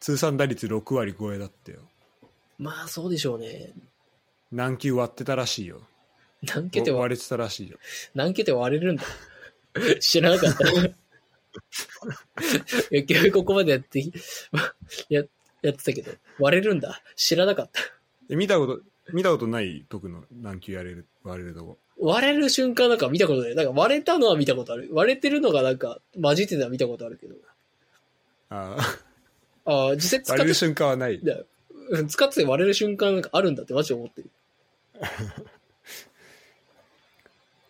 S2: 通算打率6割超えだってよ。
S1: まあそうでしょうね。
S2: 何球割ってたらしいよ。
S1: 何球で
S2: 割
S1: 割
S2: れてたらしいよ。
S1: れ、何球で割れるんだ。知らなかった。
S2: *laughs*
S1: 野球ここまでやって、や、やってたけど、割れるんだ。知らなかった。
S2: え見たこと、見たことない特の何球やれる、割れるとこ。
S1: 割れる瞬間なんか見たことない。なんか割れたのは見たことある。割れてるのがなんか混じってたのは見たことあるけど。
S2: ああ、
S1: ああ、実際使っ
S2: 割れ
S1: て
S2: る瞬間はない。
S1: だうん使ってて割れる瞬間なんかあるんだってマジで思ってる。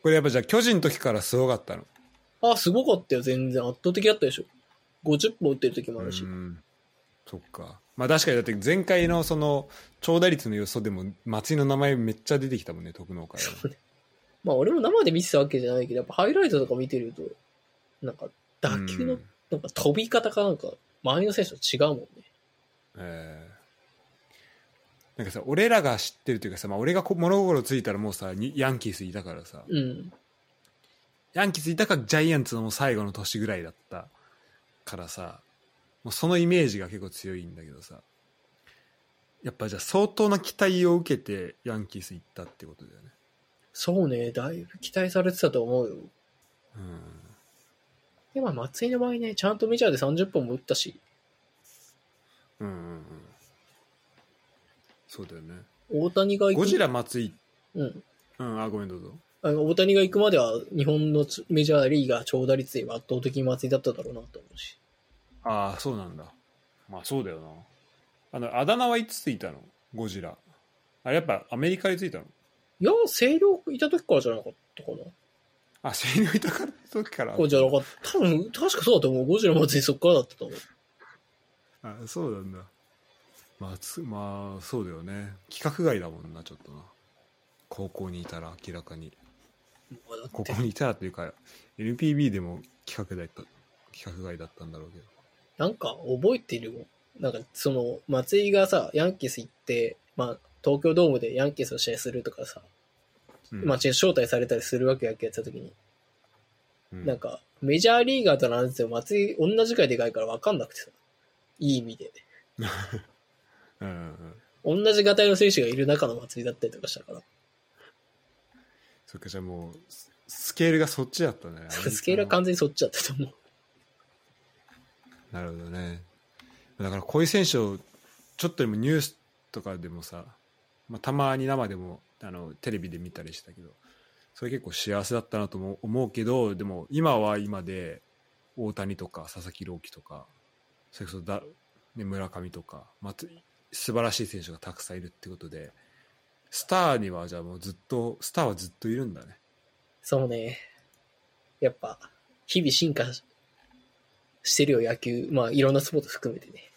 S2: これやっぱじゃあ巨人の時からすごかったの。
S1: ああ、すごかったよ。全然圧倒的だったでしょ。50本打ってる時もあ
S2: う
S1: るし。
S2: ん。そっか。まあ確かにだって前回のその、長打率の予想でも松井の名前めっちゃ出てきたもんね、特能会は。
S1: まあ俺も生で見てたわけじゃないけど、やっぱハイライトとか見てると、なんか打球
S2: う
S1: の
S2: ん
S1: なんか飛び方かなんか周りの選手と違うもんね。
S2: えーなんかさ俺らが知ってるというかさ、まあ、俺がこ物心ついたらもうさにヤンキースいたからさ
S1: うん。
S2: ヤンキースいたかジャイアンツのもう最後の年ぐらいだったからさもうそのイメージが結構強いんだけどさやっぱじゃあ相当な期待を受けてヤンキース行ったってことだよね
S1: そうね。だいぶ期待されてたと思うよ。
S2: うん
S1: で、まあ松井の場合ね、ちゃんとメジャーで30本も打ったし、
S2: うんうんうんそうだよね
S1: 大谷が行く。
S2: ゴジラ松井
S1: うん。
S2: うんあごめんどうぞ
S1: あの、大谷が行くまでは、日本のつメジャーリーガー長打率で言えば圧倒的に松井だっただろうなと思うし。
S2: ああそうなんだまあそうだよなあのあだ名はいつついたのゴジラあれやっぱアメリカについたの
S1: いや、星稜いた時からじゃなかったかな。
S2: あ声優いたかった時から
S1: こうじゃなかった。多分、確かそうだと思う。ゴジラ松井そっからだったと思う。
S2: あそうなんだまあつまあそうだよね規格外だもんなちょっとな高校にいたら明らかに
S1: まあだって
S2: 高校にいたらというか NPB でも規格外だった規格外だったんだろうけど
S1: なんか覚えてるもん。なんかその松井がさ、ヤンキース行って、まあ東京ドームでヤンキースの試合するとかさ、
S2: うん
S1: まあ招待されたりするわけやけやってた時に、
S2: うん
S1: なんかメジャーリーガーとなんですよ、松井同じくらいでかいから分かんなくてさ、いい意味で。
S2: うんうんうん
S1: 同じ型の選手がいる中の松井だったりとかしたから、
S2: そっかじゃあもうススケールがそっちだったねアメリカ
S1: *laughs*
S2: の
S1: スケールは完全にそっちだったと思う。
S2: なるほどね。だからこういう選手をちょっとでもニュースとかでもさ、まあ、たまに生でもあのテレビで見たりしたけど、それ結構幸せだったなとも思うけど、でも今は今で大谷とか佐々木朗希とか、それこそだ、ね、村上とか、まあ、つ素晴らしい選手がたくさんいるってことで、スターにはじゃあもうずっと、スターはずっといるんだね。
S1: そうね。やっぱ、日々進化ししてるよ、野球。まあいろんなスポーツ含めてね。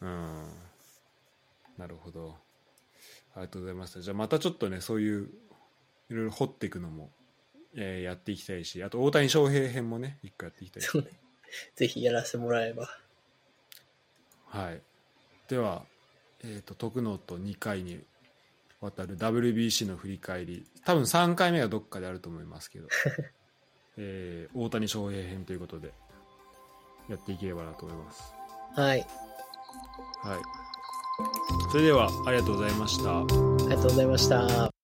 S2: うんなるほど。ありがとうございました。じゃあまたちょっとね、そういう、いろいろ掘っていくのも、えーやっていきたいし、あと大谷翔平編もね、一回やっていきたい。
S1: そうね。ぜひやらせてもらえば。
S2: はい。では、えっ、と、徳能と2回にわたる WBC の振り返り、多分3回目がどっかであると思いま
S1: *laughs*
S2: すけど、えー大谷翔平編ということで、やっていければなと思います。
S1: はい。
S2: はい。それでは、ありがとうございました。
S1: ありがとうございました。